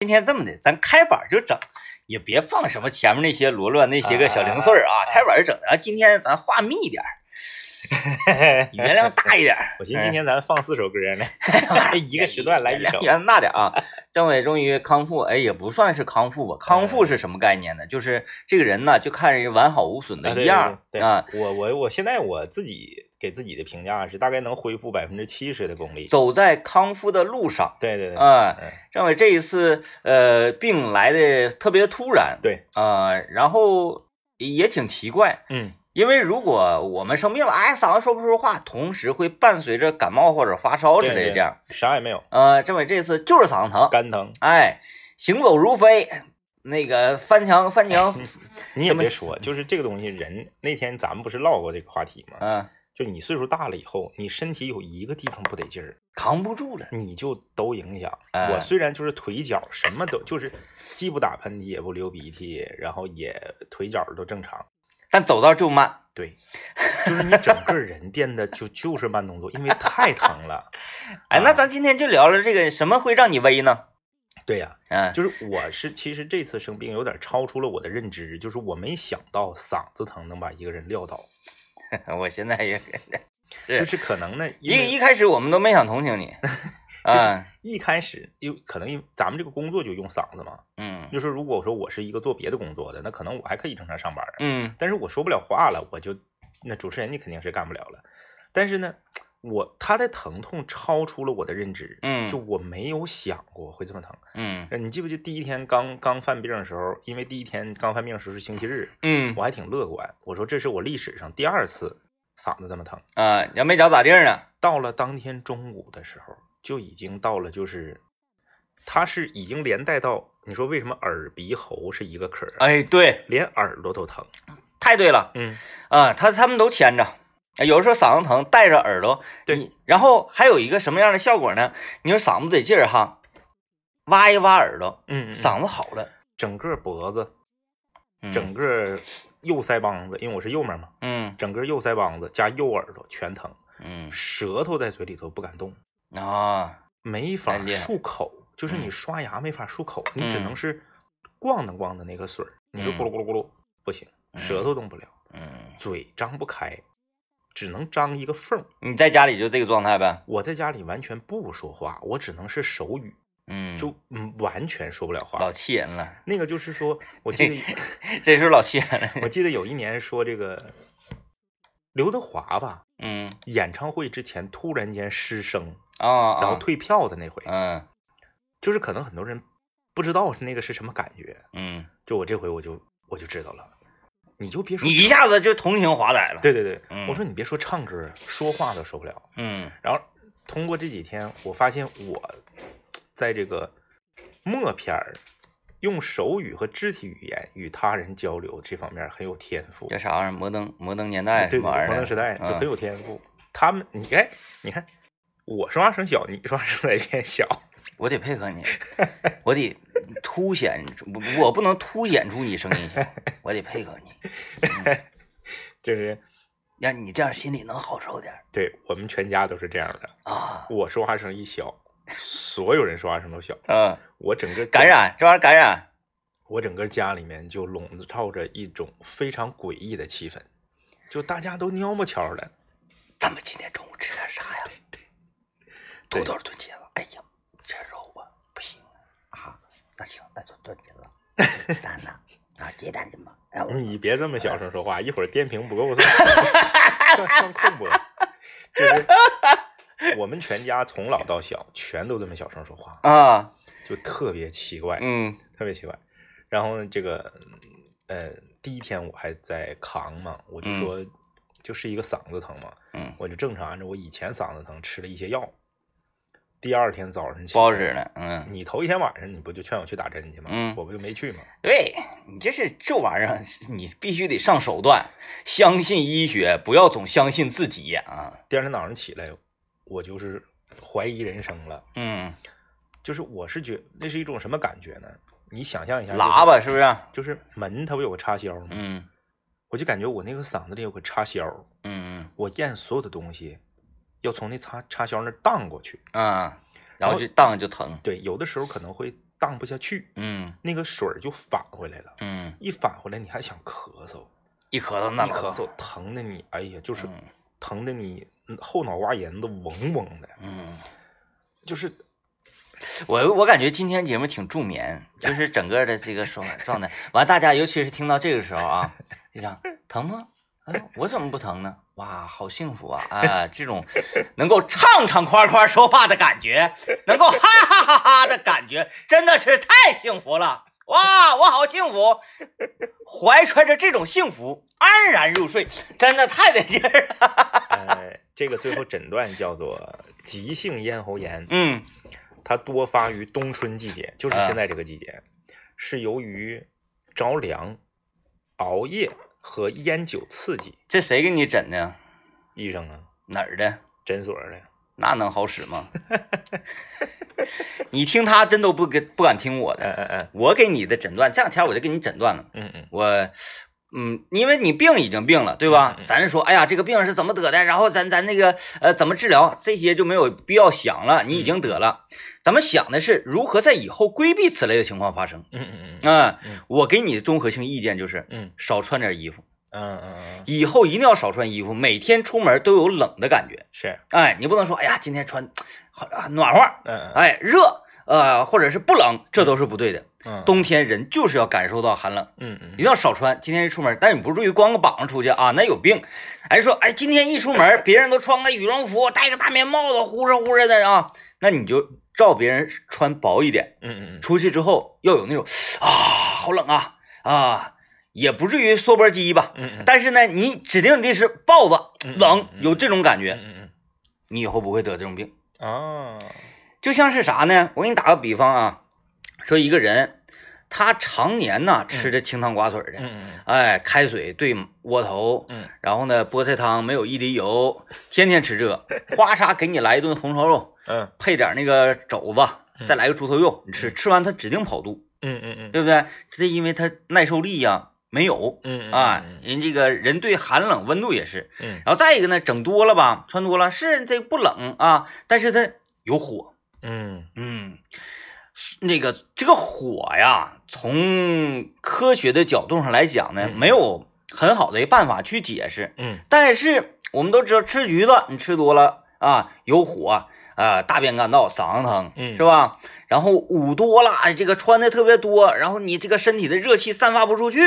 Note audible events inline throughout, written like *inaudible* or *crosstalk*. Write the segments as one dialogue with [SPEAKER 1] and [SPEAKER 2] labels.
[SPEAKER 1] 今天这么的，咱开板就整，也别放什么前面那些罗乱那些个小零碎儿啊，
[SPEAKER 2] 啊
[SPEAKER 1] 开板就整。然后今天咱话密点
[SPEAKER 2] *laughs*
[SPEAKER 1] 儿，语言量大一点儿。
[SPEAKER 2] 我寻思今天咱放四首歌呢，
[SPEAKER 1] *laughs*
[SPEAKER 2] 一个时段来一首
[SPEAKER 1] 语。言大点儿啊。政委终于康复，哎，也不算是康复吧。
[SPEAKER 2] 哎
[SPEAKER 1] 康复是什么概念呢？就是这个人呢，就看人完好无损
[SPEAKER 2] 啊
[SPEAKER 1] 的
[SPEAKER 2] 对
[SPEAKER 1] 一样
[SPEAKER 2] 对
[SPEAKER 1] 啊，
[SPEAKER 2] 对我我我现在我自己给自己的评价是大概能恢复百分之七十的功力。
[SPEAKER 1] 走在康复的路上。
[SPEAKER 2] 对对对，
[SPEAKER 1] 啊，
[SPEAKER 2] 嗯
[SPEAKER 1] 政委这一次呃病来的特别突然，
[SPEAKER 2] 对
[SPEAKER 1] 啊、然后也挺奇怪，
[SPEAKER 2] 嗯
[SPEAKER 1] 因为如果我们生病了，哎，嗓子说不出话，同时会伴随着感冒或者发烧之类
[SPEAKER 2] 对
[SPEAKER 1] 的
[SPEAKER 2] 对
[SPEAKER 1] 这样。
[SPEAKER 2] 啥也没有，
[SPEAKER 1] 呃，政委这次就是嗓子疼，
[SPEAKER 2] 肝疼。
[SPEAKER 1] 哎，行走如飞，那个翻墙翻
[SPEAKER 2] *laughs*
[SPEAKER 1] 墙，
[SPEAKER 2] 你也
[SPEAKER 1] 什么
[SPEAKER 2] 别说，就是这个东西人那天咱们不是唠过这个话题吗？
[SPEAKER 1] 嗯、
[SPEAKER 2] 就你岁数大了以后，你身体有一个地方不得劲儿，
[SPEAKER 1] 扛不住了，
[SPEAKER 2] 你就都影响。
[SPEAKER 1] 哎
[SPEAKER 2] 我虽然就是腿脚什么都就是，既不打喷嚏，也不流鼻涕，然后也腿脚都正常。
[SPEAKER 1] 但走道就慢，
[SPEAKER 2] 对，就是你整个人变得就就是慢动作，因为太疼了。
[SPEAKER 1] 哎，
[SPEAKER 2] 啊
[SPEAKER 1] 那咱今天就聊聊这个什么会让你危呢？
[SPEAKER 2] 对呀、
[SPEAKER 1] 嗯、
[SPEAKER 2] 就是我是其实这次生病有点超出了我的认知，就是我没想到嗓子疼能把一个人撂倒，
[SPEAKER 1] 我现在也是
[SPEAKER 2] 就是可能呢，因为
[SPEAKER 1] 一一开始我们都没想同情
[SPEAKER 2] *laughs*
[SPEAKER 1] 你，啊，
[SPEAKER 2] 一开始因为可能因为咱们这个工作就用嗓子嘛，
[SPEAKER 1] 嗯
[SPEAKER 2] 就是如果说我是一个做别的工作的，那可能我还可以正常上班啊，
[SPEAKER 1] 嗯
[SPEAKER 2] 但是我说不了话了，我就那主持人你肯定是干不了了，但是呢，我他的疼痛超出了我的认知，
[SPEAKER 1] 嗯
[SPEAKER 2] 就我没有想过会这么疼。
[SPEAKER 1] 嗯
[SPEAKER 2] 呃你记不记得第一天刚刚犯病的时候，因为第一天刚犯病的时候是星期日，
[SPEAKER 1] 嗯
[SPEAKER 2] 我还挺乐观，我说这是我历史上第二次嗓子这么疼。
[SPEAKER 1] 啊，也没脚咋地儿呢？
[SPEAKER 2] 到了当天中午的时候，就已经到了，就是它是已经连带到你说为什么耳鼻喉是一个科儿啊，
[SPEAKER 1] 哎，对，
[SPEAKER 2] 连耳朵都疼。
[SPEAKER 1] 太对了
[SPEAKER 2] 嗯，
[SPEAKER 1] 啊，他他们都牵着。有的时候嗓子疼，带着耳朵，
[SPEAKER 2] 对
[SPEAKER 1] 你，然后还有一个什么样的效果呢？你说嗓子得劲儿哈，挖一挖耳朵，
[SPEAKER 2] 嗯，嗯
[SPEAKER 1] 嗓子好了，
[SPEAKER 2] 整个脖子，
[SPEAKER 1] 嗯
[SPEAKER 2] 整个右腮帮子，因为我是右面嘛，
[SPEAKER 1] 嗯
[SPEAKER 2] 整个右腮帮子加右耳朵全疼，
[SPEAKER 1] 嗯
[SPEAKER 2] 舌头在嘴里头不敢动。
[SPEAKER 1] 啊，
[SPEAKER 2] 没法
[SPEAKER 1] 厉害
[SPEAKER 2] 漱口，就是你
[SPEAKER 1] 嗯
[SPEAKER 2] 刷牙没法漱口，你只
[SPEAKER 1] 嗯
[SPEAKER 2] 能是逛荡逛荡那个水儿，你就咕噜咕噜咕噜，不行，舌头动不了，
[SPEAKER 1] 嗯，
[SPEAKER 2] 嘴张不开，只能张一个缝儿。
[SPEAKER 1] 你在家里就这个状态呗，
[SPEAKER 2] 我在家里完全不说话，我只能是手语，
[SPEAKER 1] 嗯，
[SPEAKER 2] 就嗯完全说不了话。
[SPEAKER 1] 老气人了，
[SPEAKER 2] 那个就是说，我
[SPEAKER 1] *laughs*
[SPEAKER 2] 记得
[SPEAKER 1] 这时候老气人了，
[SPEAKER 2] 我记得有一年说这个刘德华吧，
[SPEAKER 1] 嗯
[SPEAKER 2] 演唱会之前突然间失声，
[SPEAKER 1] 啊啊，
[SPEAKER 2] 然后退票的那回，
[SPEAKER 1] 嗯
[SPEAKER 2] 就是可能很多人不知道那个是什么感觉，
[SPEAKER 1] 嗯。
[SPEAKER 2] 就我这回我就我就知道了，你就别说
[SPEAKER 1] 你一下子就同情华仔了。，
[SPEAKER 2] 对对对，
[SPEAKER 1] 嗯
[SPEAKER 2] 我说你别说唱歌，说话都受不了。
[SPEAKER 1] 嗯
[SPEAKER 2] 然后通过这几天，我发现我在这个默片儿用手语和肢体语言与他人交流这方面很有天赋。
[SPEAKER 1] 叫啥玩意儿？摩登摩登年
[SPEAKER 2] 对
[SPEAKER 1] 代
[SPEAKER 2] 对，
[SPEAKER 1] 什么玩意
[SPEAKER 2] 对
[SPEAKER 1] 儿
[SPEAKER 2] 摩
[SPEAKER 1] 的
[SPEAKER 2] 登时代就很
[SPEAKER 1] 嗯
[SPEAKER 2] 有天赋。他们，你看，你看，我说话声小，你说话声在变小。 *laughs*
[SPEAKER 1] 我得配合你，我得凸显，我我不能凸显出你声音小，我得配合你，
[SPEAKER 2] 就是
[SPEAKER 1] 让你这样心里能好受点儿
[SPEAKER 2] 对我们全家都是这样的，
[SPEAKER 1] 啊。
[SPEAKER 2] 我说话声一小，所有人说话声都小。
[SPEAKER 1] 嗯，
[SPEAKER 2] 我整个
[SPEAKER 1] 感染这玩意儿感染，
[SPEAKER 2] 我整个家里面就笼罩着一种非常诡异的气氛，就大家都蔫不悄的。
[SPEAKER 1] 咱们今天中午吃点啥呀？土豆炖茄子。哎呀，吃肉吧，不行啊。那行，那就炖茄 *laughs* 子。鸡蛋呢？啊，鸡蛋怎么？哎，我
[SPEAKER 2] 你别这么小声说话，一会儿电瓶不够上上上空播。就是我们全家从老到小全都这么小声说话，
[SPEAKER 1] 啊，
[SPEAKER 2] 就特别奇怪，
[SPEAKER 1] 嗯
[SPEAKER 2] 特别奇怪。然后呢，这个呃，第一天我还在扛嘛，我就说就是一个嗓子疼嘛，
[SPEAKER 1] 嗯，
[SPEAKER 2] 我就正常按照我以前嗓子疼吃了一些药。第二天早上起
[SPEAKER 1] 不好
[SPEAKER 2] 来
[SPEAKER 1] 使呢，嗯。
[SPEAKER 2] 你头一天晚上你不就劝我去打针去吗？
[SPEAKER 1] 嗯
[SPEAKER 2] 我不就没去吗？
[SPEAKER 1] 对你这是这玩意儿，你必须得上手段，相信医学，不要总相信自己啊。
[SPEAKER 2] 第二天早上起来，我就是怀疑人生了，
[SPEAKER 1] 嗯，
[SPEAKER 2] 就是我是觉那是一种什么感觉呢？你想象一下、
[SPEAKER 1] 喇叭是不是？
[SPEAKER 2] 就是，就是门它不有个插销吗？
[SPEAKER 1] 嗯
[SPEAKER 2] 我就感觉我那个嗓子里有个插销，
[SPEAKER 1] 嗯
[SPEAKER 2] 我咽所有的东西要从那插插销那儿荡过去。
[SPEAKER 1] 嗯啊，然后就当就疼。
[SPEAKER 2] 对，有的时候可能会荡不下去，
[SPEAKER 1] 嗯
[SPEAKER 2] 那个水儿就返回来了。
[SPEAKER 1] 嗯，
[SPEAKER 2] 一返回来，你还想咳嗽，
[SPEAKER 1] 一咳嗽那
[SPEAKER 2] 一咳嗽，疼的你，哎呀，就是
[SPEAKER 1] 嗯
[SPEAKER 2] 疼的你嗯后脑瓜沿子嗡嗡的，
[SPEAKER 1] 嗯，
[SPEAKER 2] 就是
[SPEAKER 1] 我我感觉今天节目挺助眠，就是整个的这个状状态。完，大家尤其是听到这个时候啊，就想疼吗？哎，我怎么不疼呢？哇，好幸福啊！啊，这种能够畅畅快快说话的感觉，能够哈哈哈哈的感觉，真的是太幸福了！哇，我好幸福，怀揣着这种幸福安然入睡，真的太得劲儿了。
[SPEAKER 2] 呃，这个最后诊断叫做急性咽喉炎，
[SPEAKER 1] 嗯
[SPEAKER 2] 它多发于冬春季节，就是
[SPEAKER 1] 啊
[SPEAKER 2] 现在这个季节，是由于着凉、熬夜和烟酒刺激。
[SPEAKER 1] 这谁给你诊的？
[SPEAKER 2] 医生啊，
[SPEAKER 1] 哪儿的？
[SPEAKER 2] 诊所的，
[SPEAKER 1] 那能好使吗？ *laughs* 你听他真都不跟不敢听我
[SPEAKER 2] 嗯
[SPEAKER 1] 的，
[SPEAKER 2] 嗯嗯
[SPEAKER 1] 我给你的诊断，这两天我就给你诊断了。
[SPEAKER 2] 嗯嗯，
[SPEAKER 1] 我，嗯，因为你病已经病了，对吧？
[SPEAKER 2] 嗯嗯
[SPEAKER 1] 咱是说，哎呀，这个病是怎么得的，然后咱咱那个呃怎么治疗，这些就没有必要想了，你已经得了。
[SPEAKER 2] 嗯
[SPEAKER 1] 咱们想的是如何在以后规避此类的情况发生。
[SPEAKER 2] 嗯嗯嗯嗯
[SPEAKER 1] 啊、
[SPEAKER 2] 嗯
[SPEAKER 1] 我给你的综合性意见就是
[SPEAKER 2] 嗯
[SPEAKER 1] 少穿点衣服，
[SPEAKER 2] 嗯嗯嗯，
[SPEAKER 1] 以后一定要少穿衣服，每天出门都有冷的感觉。
[SPEAKER 2] 是，
[SPEAKER 1] 哎，你不能说，哎呀，今天穿好啊暖和，
[SPEAKER 2] 嗯嗯，
[SPEAKER 1] 哎，热，呃，或者是不冷，这都是不对的。
[SPEAKER 2] 嗯，
[SPEAKER 1] 冬天人就是要感受到寒冷，
[SPEAKER 2] 嗯
[SPEAKER 1] 一
[SPEAKER 2] 嗯
[SPEAKER 1] 定要少穿。今天一出门，但你不至于光个膀子出去啊，那有病。哎，说，哎，今天一出门，别人都穿个羽绒服，戴个大棉帽子，呼哧呼哧的啊，那你就照别人穿薄一点。
[SPEAKER 2] 嗯嗯
[SPEAKER 1] 出去之后要有那种啊，好冷啊啊，也不至于缩脖鸡吧。
[SPEAKER 2] 嗯嗯
[SPEAKER 1] 但是呢，你指定的是豹子
[SPEAKER 2] 嗯嗯
[SPEAKER 1] 冷，
[SPEAKER 2] 嗯
[SPEAKER 1] 有这种感觉，
[SPEAKER 2] 嗯嗯
[SPEAKER 1] 你以后不会得这种病。
[SPEAKER 2] 嗯，啊，
[SPEAKER 1] 就像是啥呢？我给你打个比方啊，说一个人，他常年呐吃着清汤寡水的，
[SPEAKER 2] 嗯
[SPEAKER 1] 哎，开水兑窝头，
[SPEAKER 2] 嗯
[SPEAKER 1] 然后呢菠菜汤没有一滴油，天天吃这，哗嚓给你来一顿红烧肉，
[SPEAKER 2] 嗯
[SPEAKER 1] 配点那个肘子，
[SPEAKER 2] 嗯
[SPEAKER 1] 再来个猪头肉，你吃，吃完他指定跑肚，
[SPEAKER 2] 嗯嗯嗯
[SPEAKER 1] 对不对？这因为他耐受力呀、没有
[SPEAKER 2] 嗯
[SPEAKER 1] 啊，人这个人对寒冷温度也是，
[SPEAKER 2] 嗯
[SPEAKER 1] 然后再一个呢，整多了吧，穿多了是这不冷啊，但是它有火。
[SPEAKER 2] 嗯
[SPEAKER 1] 嗯，是那个这个火呀，从科学的角度上来讲呢，
[SPEAKER 2] 嗯
[SPEAKER 1] 没有很好的一个办法去解释。
[SPEAKER 2] 嗯
[SPEAKER 1] 但是我们都知道，吃橘子你吃多了啊，有火啊，大便干燥，嗓子疼，
[SPEAKER 2] 嗯
[SPEAKER 1] 是吧？然后捂多了，哎这个穿的特别多，然后你这个身体的热气散发不出去，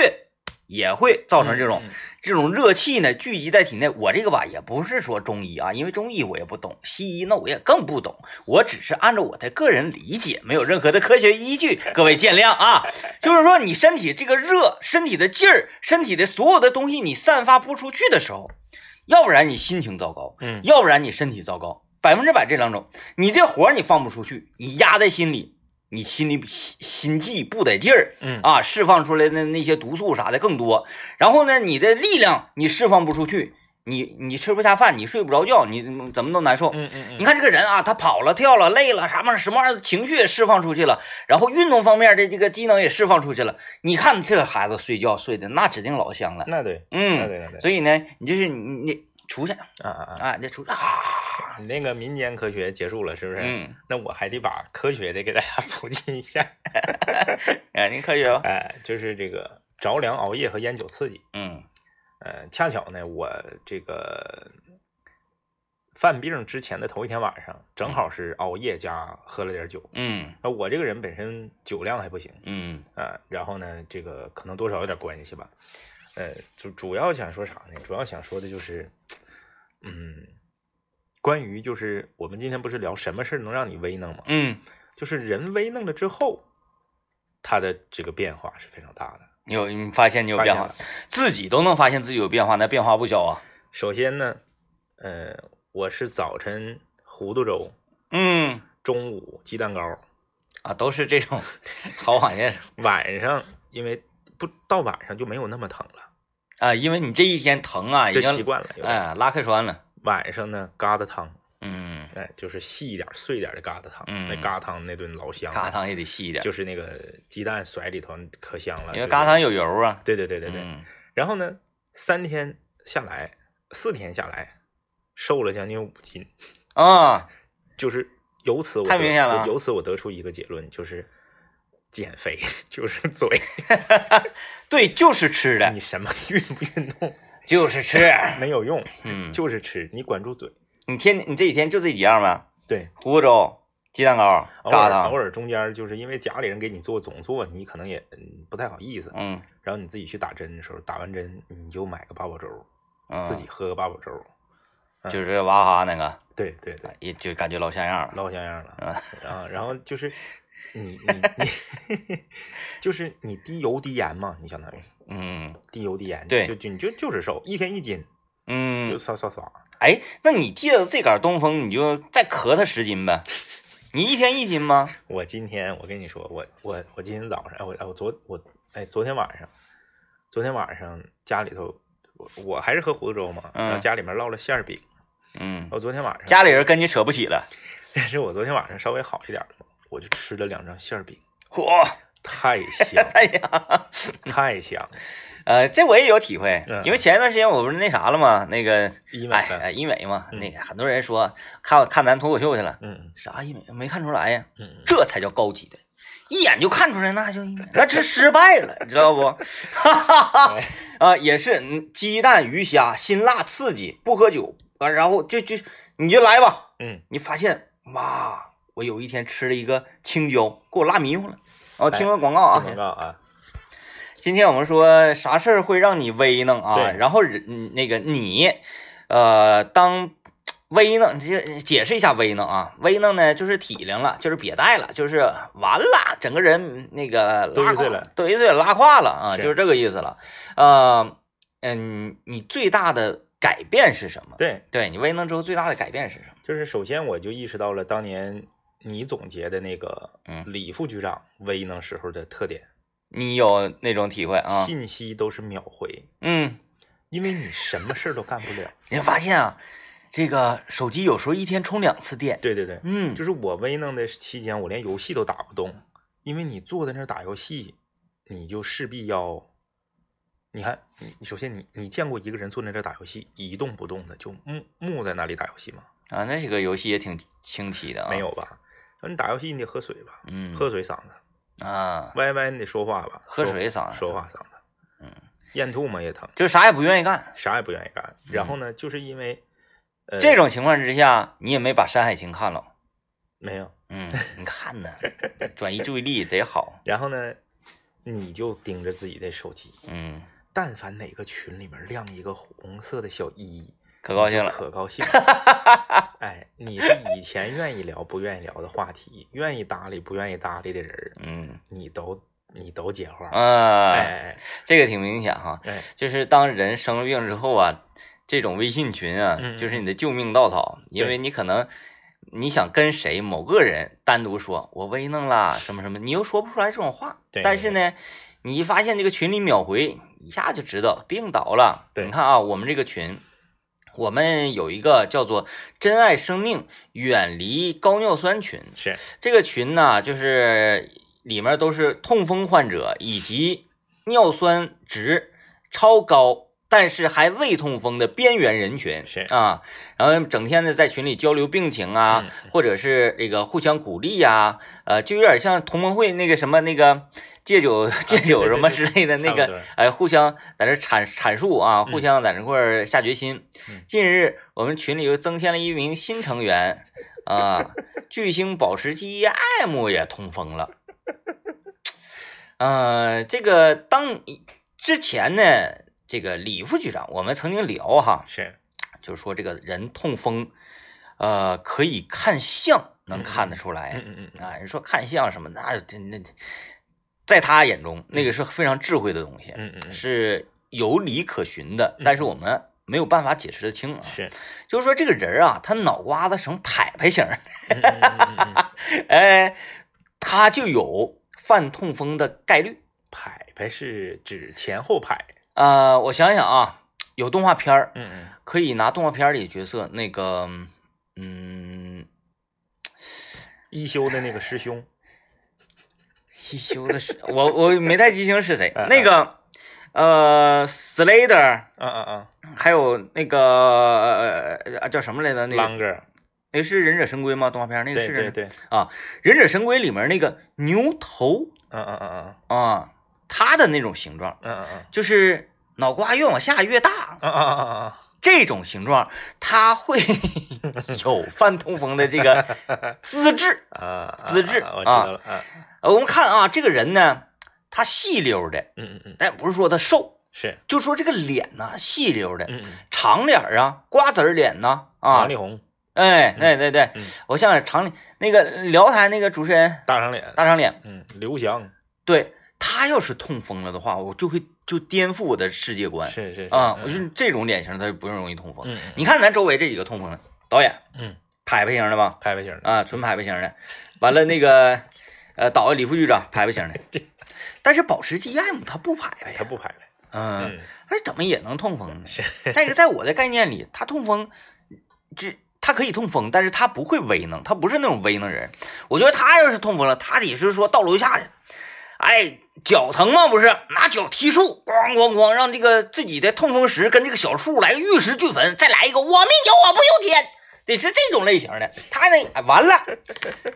[SPEAKER 1] 也会造成这种、，这种热气呢聚集在体内，我这个吧也不是说中医啊，因为中医我也不懂，西医那我也更不懂，我只是按照我的个人理解，没有任何的科学依据，各位见谅啊。就是说你身体这个热，身体的劲儿，身体的所有的东西你散发不出去的时候，要不然你心情糟糕，
[SPEAKER 2] 嗯
[SPEAKER 1] 要不然你身体糟糕，百分之百这两种。你这火你放不出去，你压在心里，你心里心心悸不得劲儿，
[SPEAKER 2] 嗯
[SPEAKER 1] 啊，释放出来的那些毒素啥的更多。然后呢，你的力量你释放不出去，你你吃不下饭，你睡不着觉，你嗯怎么都难受。
[SPEAKER 2] 嗯嗯
[SPEAKER 1] 你看这个人啊，他跑了、跳了、累了，啥玩意儿，什么玩意儿，情绪也释放出去了，然后运动方面的这个机能也释放出去了。你看这孩子睡觉睡的那指定老香了，
[SPEAKER 2] 那对，那
[SPEAKER 1] 嗯。
[SPEAKER 2] 对那对，
[SPEAKER 1] 所以呢，你就是你你出去
[SPEAKER 2] 啊啊
[SPEAKER 1] 啊，你出去啊，
[SPEAKER 2] 啊，你那个民间科学结束了是不是？
[SPEAKER 1] 嗯，
[SPEAKER 2] 那我还得把科学的给大家 *laughs* 普及一下。
[SPEAKER 1] 哎，您可以啊，
[SPEAKER 2] 哎，就是这个着凉、熬夜和烟酒刺激。
[SPEAKER 1] 嗯
[SPEAKER 2] 呃，恰巧呢，我这个犯病之前的头一天晚上，正好是熬夜加喝了点酒。
[SPEAKER 1] 嗯
[SPEAKER 2] 那我这个人本身酒量还不行
[SPEAKER 1] 嗯
[SPEAKER 2] 啊、然后呢，这个可能多少有点关系吧。呃，主主要想说啥呢？主要想说的就是，嗯，关于就是我们今天不是聊什么事儿能让你微弄吗？
[SPEAKER 1] 嗯，
[SPEAKER 2] 就是人微弄了之后，他的这个变化是非常大的。
[SPEAKER 1] 你有你发现你有
[SPEAKER 2] 发
[SPEAKER 1] 变
[SPEAKER 2] 现
[SPEAKER 1] 化
[SPEAKER 2] 了，
[SPEAKER 1] 自己都能发现自己有变化，那变化不小啊。
[SPEAKER 2] 首先呢，呃，我是早晨糊涂粥，
[SPEAKER 1] 嗯
[SPEAKER 2] 中午鸡蛋糕，
[SPEAKER 1] 啊，都是这
[SPEAKER 2] *laughs*
[SPEAKER 1] 种好玩意儿
[SPEAKER 2] 晚上因为不到晚上就没有那么疼了，
[SPEAKER 1] 啊，因为你这一天疼啊，已
[SPEAKER 2] 这习
[SPEAKER 1] 经
[SPEAKER 2] 惯了。有点
[SPEAKER 1] 哎拉客栓了。
[SPEAKER 2] 晚上呢，疙瘩汤，
[SPEAKER 1] 嗯，
[SPEAKER 2] 哎，就是细一点、碎一点的疙瘩汤。
[SPEAKER 1] 嗯
[SPEAKER 2] 那疙瘩汤那顿老香了，
[SPEAKER 1] 嘎汤也得细一点，
[SPEAKER 2] 就是那个鸡蛋甩里头可香了。
[SPEAKER 1] 因
[SPEAKER 2] 就
[SPEAKER 1] 为
[SPEAKER 2] 是
[SPEAKER 1] 嘎汤有油啊。
[SPEAKER 2] 对对对对对。
[SPEAKER 1] 嗯
[SPEAKER 2] 然后呢，三天下来，四天下来，瘦了将近五斤。
[SPEAKER 1] 啊，
[SPEAKER 2] 就是由此我
[SPEAKER 1] 太
[SPEAKER 2] 得
[SPEAKER 1] 明显了
[SPEAKER 2] 由此我得出一个结论，就是减肥 *laughs* 就是嘴，
[SPEAKER 1] 对，就是吃的，
[SPEAKER 2] 你什么运不运动
[SPEAKER 1] 就是吃。
[SPEAKER 2] *laughs* 没有用，
[SPEAKER 1] 嗯，
[SPEAKER 2] 就是吃，你管住嘴。
[SPEAKER 1] 你天你这几天就这几样呗，
[SPEAKER 2] 对，
[SPEAKER 1] 胡萝卜粥、鸡蛋糕、
[SPEAKER 2] 偶
[SPEAKER 1] 疙
[SPEAKER 2] 尔偶
[SPEAKER 1] 瘩。
[SPEAKER 2] 尔中间就是因为家里人给你做，总做你可能也嗯不太好意思，
[SPEAKER 1] 嗯
[SPEAKER 2] 然后你自己去打针的时候，打完针你就买个八宝粥，
[SPEAKER 1] 嗯，
[SPEAKER 2] 自己喝个八宝粥。
[SPEAKER 1] 就是娃哈哈那个，
[SPEAKER 2] 对对对，
[SPEAKER 1] 也就感觉老像样了。
[SPEAKER 2] 老像样了
[SPEAKER 1] 哎啊
[SPEAKER 2] 啊！然后就是你你你，
[SPEAKER 1] *laughs*
[SPEAKER 2] 就是你低油低盐嘛，你相当于
[SPEAKER 1] 嗯
[SPEAKER 2] 低油低盐，
[SPEAKER 1] 对
[SPEAKER 2] 就就你就就是瘦，一天一斤，就
[SPEAKER 1] 嗯，
[SPEAKER 2] 刷刷刷。
[SPEAKER 1] 哎，那你借着这杆东风，你就再咳他十斤
[SPEAKER 2] *laughs*
[SPEAKER 1] 呗？你一天一斤吗？
[SPEAKER 2] 我今天我跟你说，我我我今天早上，哎我哎我昨我哎昨天晚上，昨天晚上家里头，我我还是喝胡萝卜粥嘛，然后
[SPEAKER 1] 嗯
[SPEAKER 2] 家里面烙了馅儿饼。
[SPEAKER 1] 嗯，
[SPEAKER 2] 我昨天晚上
[SPEAKER 1] 家里，人跟你扯不起了。
[SPEAKER 2] *laughs* 但是我昨天晚上稍微好一点了嘛，我就吃了两张馅儿饼，
[SPEAKER 1] 嚯，
[SPEAKER 2] 太香
[SPEAKER 1] *laughs* 哎呀，
[SPEAKER 2] 太香了，
[SPEAKER 1] 呃，这我也有体会，
[SPEAKER 2] 嗯
[SPEAKER 1] 因为前一段时间我不是那啥了嘛，那个
[SPEAKER 2] 一
[SPEAKER 1] 哎
[SPEAKER 2] 碗
[SPEAKER 1] 哎
[SPEAKER 2] 饭，
[SPEAKER 1] 医美嘛，
[SPEAKER 2] 嗯
[SPEAKER 1] 那个很多人说看看咱脱口秀去了，
[SPEAKER 2] 嗯
[SPEAKER 1] 啥医美没看出来呀？
[SPEAKER 2] 嗯嗯，
[SPEAKER 1] 这才叫高级的，一眼就看出来，那就一眼那是失败了，你知道不？ *laughs* 哈哈哈
[SPEAKER 2] 哎
[SPEAKER 1] 啊，也是嗯鸡蛋、鱼虾、辛辣、刺激，不喝酒啊，然后就就你就来吧，
[SPEAKER 2] 嗯，
[SPEAKER 1] 你发现哇，我有一天吃了一个青椒，给我辣迷糊了。哦，
[SPEAKER 2] 哎
[SPEAKER 1] 听个广告啊
[SPEAKER 2] 听，广告啊，
[SPEAKER 1] 今天我们说啥事儿会让你威能啊？
[SPEAKER 2] 对
[SPEAKER 1] 然后人嗯那个你，呃，当威能，这解释一下威能啊？威能呢，就是体灵了，就是瘪带了，就是完了，整个人那个拉
[SPEAKER 2] 堆碎
[SPEAKER 1] 垮
[SPEAKER 2] 了，
[SPEAKER 1] 堆碎了，拉胯了啊，
[SPEAKER 2] 是
[SPEAKER 1] 就是这个意思了。呃，嗯，你最大的改变是什么？
[SPEAKER 2] 对，
[SPEAKER 1] 对你威能之后最大的改变是什么？
[SPEAKER 2] 就是首先我就意识到了当年你总结的那个
[SPEAKER 1] 嗯
[SPEAKER 2] 李副局长威能时候的特点，
[SPEAKER 1] 你有那种体会啊？
[SPEAKER 2] 信息都是秒回，
[SPEAKER 1] 嗯，
[SPEAKER 2] 因为你什么事儿都干不了。 *laughs*
[SPEAKER 1] 你会发现啊，这个手机有时候一天充两次电。
[SPEAKER 2] 对对对，
[SPEAKER 1] 嗯，
[SPEAKER 2] 就是我威能的期间，我连游戏都打不动，因为你坐在那儿打游戏，你就势必要，你看，你首先你你见过一个人坐在这儿打游戏一动不动的，就木木在那里打游戏吗？
[SPEAKER 1] 啊，那这个游戏也挺清奇的啊。
[SPEAKER 2] 没有，吧？那你打游戏你得喝水吧，
[SPEAKER 1] 嗯，
[SPEAKER 2] 喝水嗓子，
[SPEAKER 1] 啊，
[SPEAKER 2] 歪歪你得说话吧，
[SPEAKER 1] 喝
[SPEAKER 2] 说
[SPEAKER 1] 水嗓子
[SPEAKER 2] 说话嗓子，
[SPEAKER 1] 嗯，
[SPEAKER 2] 咽吐沫也疼，
[SPEAKER 1] 就啥也不愿意干。
[SPEAKER 2] 啥也不愿意干。
[SPEAKER 1] 嗯
[SPEAKER 2] 然后呢，就是因为，呃，
[SPEAKER 1] 这种情况之下，你也没把《山海情》看了。
[SPEAKER 2] 没有，
[SPEAKER 1] 嗯，你看
[SPEAKER 2] *laughs*
[SPEAKER 1] 呢，转移注意力贼好。
[SPEAKER 2] 然后呢，你就盯着自己的手机，
[SPEAKER 1] 嗯，
[SPEAKER 2] 但凡哪个群里面亮一个红色的小一，
[SPEAKER 1] 可高兴
[SPEAKER 2] 你就
[SPEAKER 1] 了。
[SPEAKER 2] 可高兴了。哎，你是以前愿意聊不愿意聊的话题，愿意搭理不愿意搭理的人儿，
[SPEAKER 1] 嗯
[SPEAKER 2] 你都你都接话。
[SPEAKER 1] 啊，
[SPEAKER 2] 哎哎
[SPEAKER 1] 这个挺明显哈，
[SPEAKER 2] 哎，哎
[SPEAKER 1] 就是当人生了病之后啊，这种微信群啊，
[SPEAKER 2] 嗯
[SPEAKER 1] 就是你的救命稻草，因为你可能。你想跟谁某个人单独说，我微弄啦什么什么，你又说不出来这种话。
[SPEAKER 2] 对
[SPEAKER 1] 但是呢，你一发现这个群里秒回，一下就知道病倒了。
[SPEAKER 2] 对
[SPEAKER 1] 你看啊，我们这个群，我们有一个叫做“珍爱生命，远离高尿酸群”。
[SPEAKER 2] 是，
[SPEAKER 1] 这个群呢，就是里面都是痛风患者以及尿酸值超高，但是还未痛风的边缘人群，
[SPEAKER 2] 是
[SPEAKER 1] 啊，然后整天呢在群里交流病情啊，
[SPEAKER 2] 嗯
[SPEAKER 1] 或者是这个互相鼓励呀、呃，就有点像同盟会那个什么那个戒酒
[SPEAKER 2] 啊
[SPEAKER 1] *laughs* 戒酒什么之类的那
[SPEAKER 2] 差不
[SPEAKER 1] 个
[SPEAKER 2] 多
[SPEAKER 1] 哎，互相在这阐阐述啊，互
[SPEAKER 2] 嗯
[SPEAKER 1] 相在这块儿下决心。
[SPEAKER 2] 嗯
[SPEAKER 1] 近日，我们群里又增添了一名新成员啊，巨星保时捷 M 也通风了。呃，这个当之前呢，这个李副局长我们曾经聊哈，
[SPEAKER 2] 是，
[SPEAKER 1] 就是说这个人痛风，呃，可以看相能看得出来。
[SPEAKER 2] 嗯嗯嗯嗯，
[SPEAKER 1] 啊，人说看相什么的，那这那，在他眼中，那
[SPEAKER 2] 嗯
[SPEAKER 1] 个是非常智慧的东西，
[SPEAKER 2] 嗯嗯嗯
[SPEAKER 1] 是有理可循的，但是我们没有办法解释得清啊。
[SPEAKER 2] 是，
[SPEAKER 1] 就是说这个人啊，他脑瓜子成排排型儿，
[SPEAKER 2] 嗯嗯嗯嗯嗯
[SPEAKER 1] 哎，他就有犯痛风的概率。
[SPEAKER 2] 排排是指前后排，
[SPEAKER 1] 呃，我想想啊，有动画片儿，
[SPEAKER 2] 嗯嗯，
[SPEAKER 1] 可以拿动画片儿里的角色那个，嗯，
[SPEAKER 2] 一休的那个师兄，
[SPEAKER 1] 一休的是我我没太记清是谁
[SPEAKER 2] 嗯，
[SPEAKER 1] 那个呃，Slater。
[SPEAKER 2] 啊啊啊
[SPEAKER 1] 还有那个呃呃叫什么来着？那个
[SPEAKER 2] ，Longer，
[SPEAKER 1] 那是忍者神龟吗？动画片那个
[SPEAKER 2] 对
[SPEAKER 1] 是
[SPEAKER 2] 对对，
[SPEAKER 1] 啊，忍者神龟里面那个牛头
[SPEAKER 2] 嗯嗯嗯嗯
[SPEAKER 1] 啊，它的那种形状
[SPEAKER 2] 嗯嗯嗯
[SPEAKER 1] 就是脑瓜越往下越大，
[SPEAKER 2] 嗯嗯嗯嗯，
[SPEAKER 1] 这种形状它
[SPEAKER 2] *laughs*
[SPEAKER 1] 会有范通风的这个资质。
[SPEAKER 2] 啊，
[SPEAKER 1] 资质
[SPEAKER 2] 啊我知道了，啊，
[SPEAKER 1] 呃，我们看啊，这个人呢，他细溜的，
[SPEAKER 2] 嗯嗯嗯，
[SPEAKER 1] 但也不是说他瘦，
[SPEAKER 2] 是，
[SPEAKER 1] 就说这个脸呐、细溜的，
[SPEAKER 2] 嗯嗯，
[SPEAKER 1] 长脸儿啊，瓜子儿脸呐、啊，
[SPEAKER 2] 王力宏
[SPEAKER 1] 哎，哎，对对，
[SPEAKER 2] 嗯
[SPEAKER 1] 我想长脸那个辽台那个主持人
[SPEAKER 2] 大长脸，
[SPEAKER 1] 大长脸，
[SPEAKER 2] 嗯，刘翔
[SPEAKER 1] 对他要是痛风了的话，我就会就颠覆我的世界观
[SPEAKER 2] 是是
[SPEAKER 1] 啊！我就
[SPEAKER 2] 嗯
[SPEAKER 1] 是这种脸型，他就不用容易痛风。
[SPEAKER 2] 嗯嗯
[SPEAKER 1] 你看咱周围这几个痛风的导演，
[SPEAKER 2] 嗯，
[SPEAKER 1] 排排型的吧，
[SPEAKER 2] 拍拍型的，
[SPEAKER 1] 啊，纯排排型的，完了那个呃，导演李副局长排排型的，但是保时捷 M 他不排排
[SPEAKER 2] 他
[SPEAKER 1] 哎呀，
[SPEAKER 2] 不拍拍，
[SPEAKER 1] 嗯，
[SPEAKER 2] 嗯
[SPEAKER 1] 那怎么也能痛风呢？
[SPEAKER 2] 是，
[SPEAKER 1] 再一个， *laughs* 在我的概念里，他痛风，这他可以痛风，但是他不会威能，他不是那种威能人。我觉得他要是痛风了，他得是说到楼下去，哎，脚疼吗？不是，拿脚踢树，咣咣咣，让这个自己的痛风石跟这个小树来个玉石俱焚，再来一个我命由我不由天，得是这种类型的。他呢，哎完了，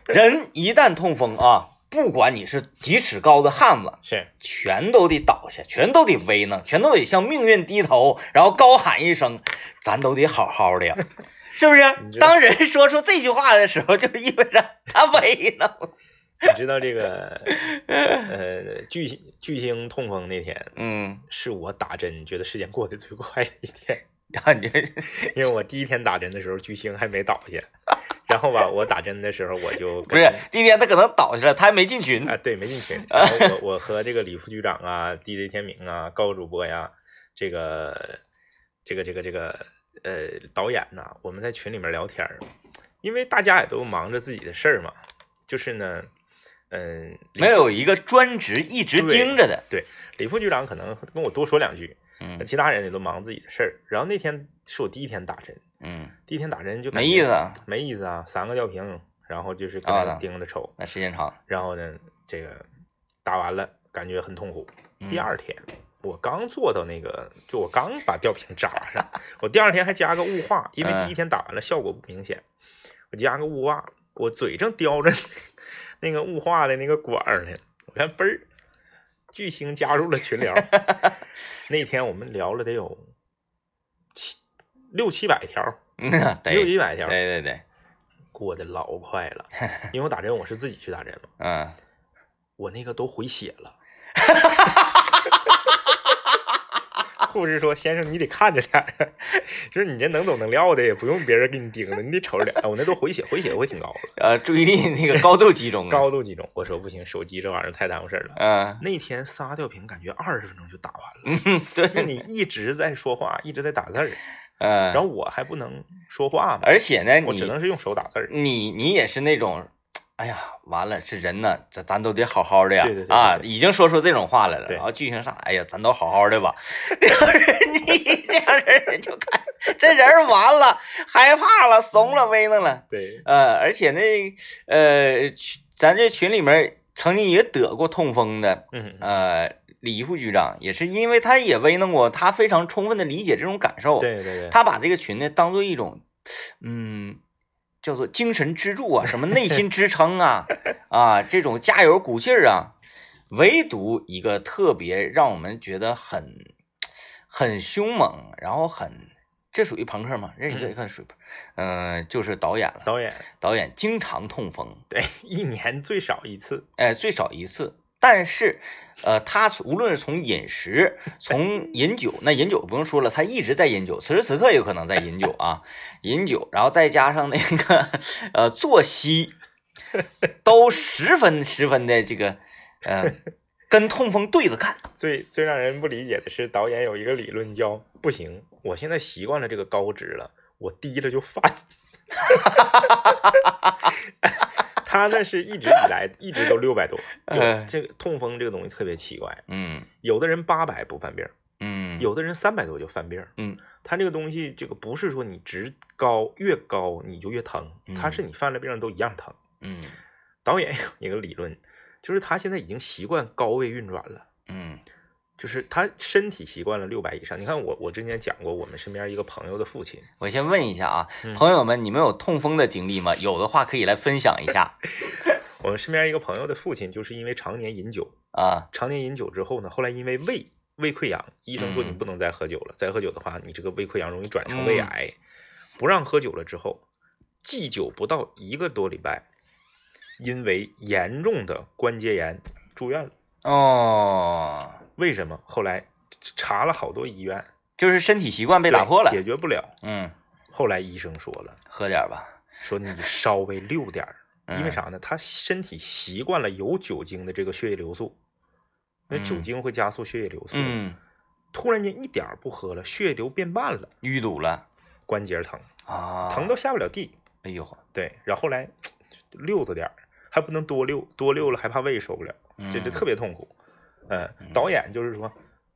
[SPEAKER 1] 人一旦痛风啊，不管你是几尺高的汉子， *laughs*
[SPEAKER 2] 是，
[SPEAKER 1] 全都得倒下，全都得威能，全都得向命运低头，然后高喊一声：“咱都得好好
[SPEAKER 2] *laughs*
[SPEAKER 1] 的呀！”是不
[SPEAKER 2] 你
[SPEAKER 1] 是？
[SPEAKER 2] 知道
[SPEAKER 1] 当人说出这句话的时候，就意味着他威能。
[SPEAKER 2] 你知道这
[SPEAKER 1] *laughs*
[SPEAKER 2] 个呃巨星巨星痛风那天。
[SPEAKER 1] 嗯，
[SPEAKER 2] 是我打针觉得时间过得最快的一天，
[SPEAKER 1] 然后你这，
[SPEAKER 2] 因为我第一天打针的时候，巨星还没倒下， *laughs* 然后吧，我打针的时候我就
[SPEAKER 1] 不是那天他可能倒下了，他还没进 *laughs* 群
[SPEAKER 2] 啊，。对，没进群。然后我我和这个李副局长啊、DJ 天明啊、高主播呀，这个这个这个这个呃导演呐、我们在群里面聊天儿，因为大家也都忙着自己的事儿嘛，就是呢，嗯、李
[SPEAKER 1] 没有一个专职一直盯着的。
[SPEAKER 2] 李副局长可能跟我多说两句，
[SPEAKER 1] 嗯
[SPEAKER 2] 其他人也都忙自己的事儿。然后那天是我第一天打针，
[SPEAKER 1] 嗯，
[SPEAKER 2] 第一天打针就感
[SPEAKER 1] 没
[SPEAKER 2] 觉
[SPEAKER 1] 意思，啊，
[SPEAKER 2] 没意思啊，三个吊瓶，然后就是搁
[SPEAKER 1] 啊
[SPEAKER 2] 那
[SPEAKER 1] 那
[SPEAKER 2] 盯着瞅，
[SPEAKER 1] 那时间长。
[SPEAKER 2] 然后呢，这个打完了，感觉很痛苦。
[SPEAKER 1] 嗯
[SPEAKER 2] 第二天，我刚做到那个，就我刚把吊瓶扎上，我第二天还加个雾化，因为第一天打完了效果不明显，我加个雾化，我嘴正叼着 *laughs* 那个雾化的那个管儿呢，我看嘣儿，巨星加入了群聊，那天我们聊了得有七六七百条，
[SPEAKER 1] 嗯，
[SPEAKER 2] 六
[SPEAKER 1] *laughs* 对
[SPEAKER 2] 七百条，
[SPEAKER 1] 对对对，
[SPEAKER 2] 过得老快了，因为我打针我是自己去打针嘛。
[SPEAKER 1] 嗯，
[SPEAKER 2] 我那个都回血了。 *laughs* 护士说：“先生，你得看着点儿，说你这能走能撂的，也不用别人给你盯着，你得瞅着点儿。哎我那都回血，回血回挺高了，
[SPEAKER 1] 呃，注意力那个高度集中啊。
[SPEAKER 2] 高度集中。我说不行，手机这玩意儿太耽误事儿了。
[SPEAKER 1] 嗯，
[SPEAKER 2] 那天仨吊瓶，感觉二十分钟就打完了。
[SPEAKER 1] 嗯，对，
[SPEAKER 2] 那你一直在说话，一直在打字儿，
[SPEAKER 1] 嗯，
[SPEAKER 2] 然后我还不能说话嘛，
[SPEAKER 1] 而且呢，
[SPEAKER 2] 我
[SPEAKER 1] 你
[SPEAKER 2] 只能是用手打字儿。
[SPEAKER 1] 你你也是那种，哎呀，完了，是人呢，这咱都得好好的呀，
[SPEAKER 2] 对对对对
[SPEAKER 1] 啊，
[SPEAKER 2] 对
[SPEAKER 1] 已经说出这种话来了，
[SPEAKER 2] 对
[SPEAKER 1] 然后剧情上，哎呀，咱都好好的吧， *laughs* 就是你这样人就看这人完了，害怕了，怂了，威弄了，
[SPEAKER 2] 对，
[SPEAKER 1] 呃，而且那呃，群咱这群里面曾经也得过痛风的，
[SPEAKER 2] 嗯，
[SPEAKER 1] 呃，李副局长也是因为他也威弄过，他非常充分的理解这种感受，
[SPEAKER 2] 对对对，
[SPEAKER 1] 他把这个群呢当做一种，嗯，叫做精神支柱啊，什么内心支撑啊，啊，这种加油鼓劲儿啊。唯独一个特别让我们觉得很很凶猛，然后很这属于朋克嘛？这一个
[SPEAKER 2] 嗯
[SPEAKER 1] 一个属于，嗯、就是导演了。
[SPEAKER 2] 导演
[SPEAKER 1] 导演经常痛风，
[SPEAKER 2] 对一年最少一次，
[SPEAKER 1] 哎，最少一次。但是，呃，他无论是从饮食，从饮酒，那饮酒不用说了，他一直在饮酒，此时此刻有可能在饮酒啊，饮酒，然后再加上那个呃作息，都十分十分的这个呃跟痛风对着干，
[SPEAKER 2] 最最让人不理解的是，导演有一个理论叫“不行，我现在习惯了这个高值了，我低了
[SPEAKER 1] *laughs*
[SPEAKER 2] 就犯。”他那是一直以来一直都六百多。有
[SPEAKER 1] 哎
[SPEAKER 2] 这个痛风这个东西特别奇怪，
[SPEAKER 1] 嗯
[SPEAKER 2] 有的人八百不犯病，
[SPEAKER 1] 嗯，
[SPEAKER 2] 有的人三百多就犯病。
[SPEAKER 1] 嗯，
[SPEAKER 2] 他这个东西，这个不是说你值高越高你就越疼，他是你犯了病都一样疼。
[SPEAKER 1] 嗯
[SPEAKER 2] 导演有一个理论，就是他现在已经习惯高位运转了。
[SPEAKER 1] 嗯
[SPEAKER 2] 就是他身体习惯了六百以上。你看我，我之前讲过，我们身边一个朋友的父亲，
[SPEAKER 1] 我先问一下啊
[SPEAKER 2] 嗯，
[SPEAKER 1] 朋友们，你们有痛风的经历吗？有的话可以来分享一下
[SPEAKER 2] 我们身边一个朋友的父亲，就是因为常年饮酒，
[SPEAKER 1] 啊。
[SPEAKER 2] 常年饮酒之后呢，后来因为胃胃溃疡，医生说你
[SPEAKER 1] 嗯
[SPEAKER 2] 不能再喝酒了，再喝酒的话，你这个胃溃疡容易转成胃癌，不让喝酒了之后，忌酒不到一个多礼拜，因为严重的关节炎住院了。
[SPEAKER 1] 哦，
[SPEAKER 2] 为什么？后来查了好多医院，
[SPEAKER 1] 就是身体习惯被打破了
[SPEAKER 2] 对。解决不了。
[SPEAKER 1] 嗯，
[SPEAKER 2] 后来医生说了，
[SPEAKER 1] 喝点儿吧。
[SPEAKER 2] 说你稍微溜点儿，因为
[SPEAKER 1] 嗯
[SPEAKER 2] 啥呢？他身体习惯了有酒精的这个血液流速，那酒
[SPEAKER 1] 嗯
[SPEAKER 2] 精会加速血液流速。
[SPEAKER 1] 嗯，
[SPEAKER 2] 突然间一点儿不喝了，血流变慢了，
[SPEAKER 1] 淤堵了
[SPEAKER 2] 关节疼，
[SPEAKER 1] 啊，
[SPEAKER 2] 疼。到下不了地。
[SPEAKER 1] 哎呦，
[SPEAKER 2] 对，然后后来溜着点儿，还不能多溜，多溜了还怕胃受不了，这就
[SPEAKER 1] 嗯
[SPEAKER 2] 特别痛苦。嗯，导演就是说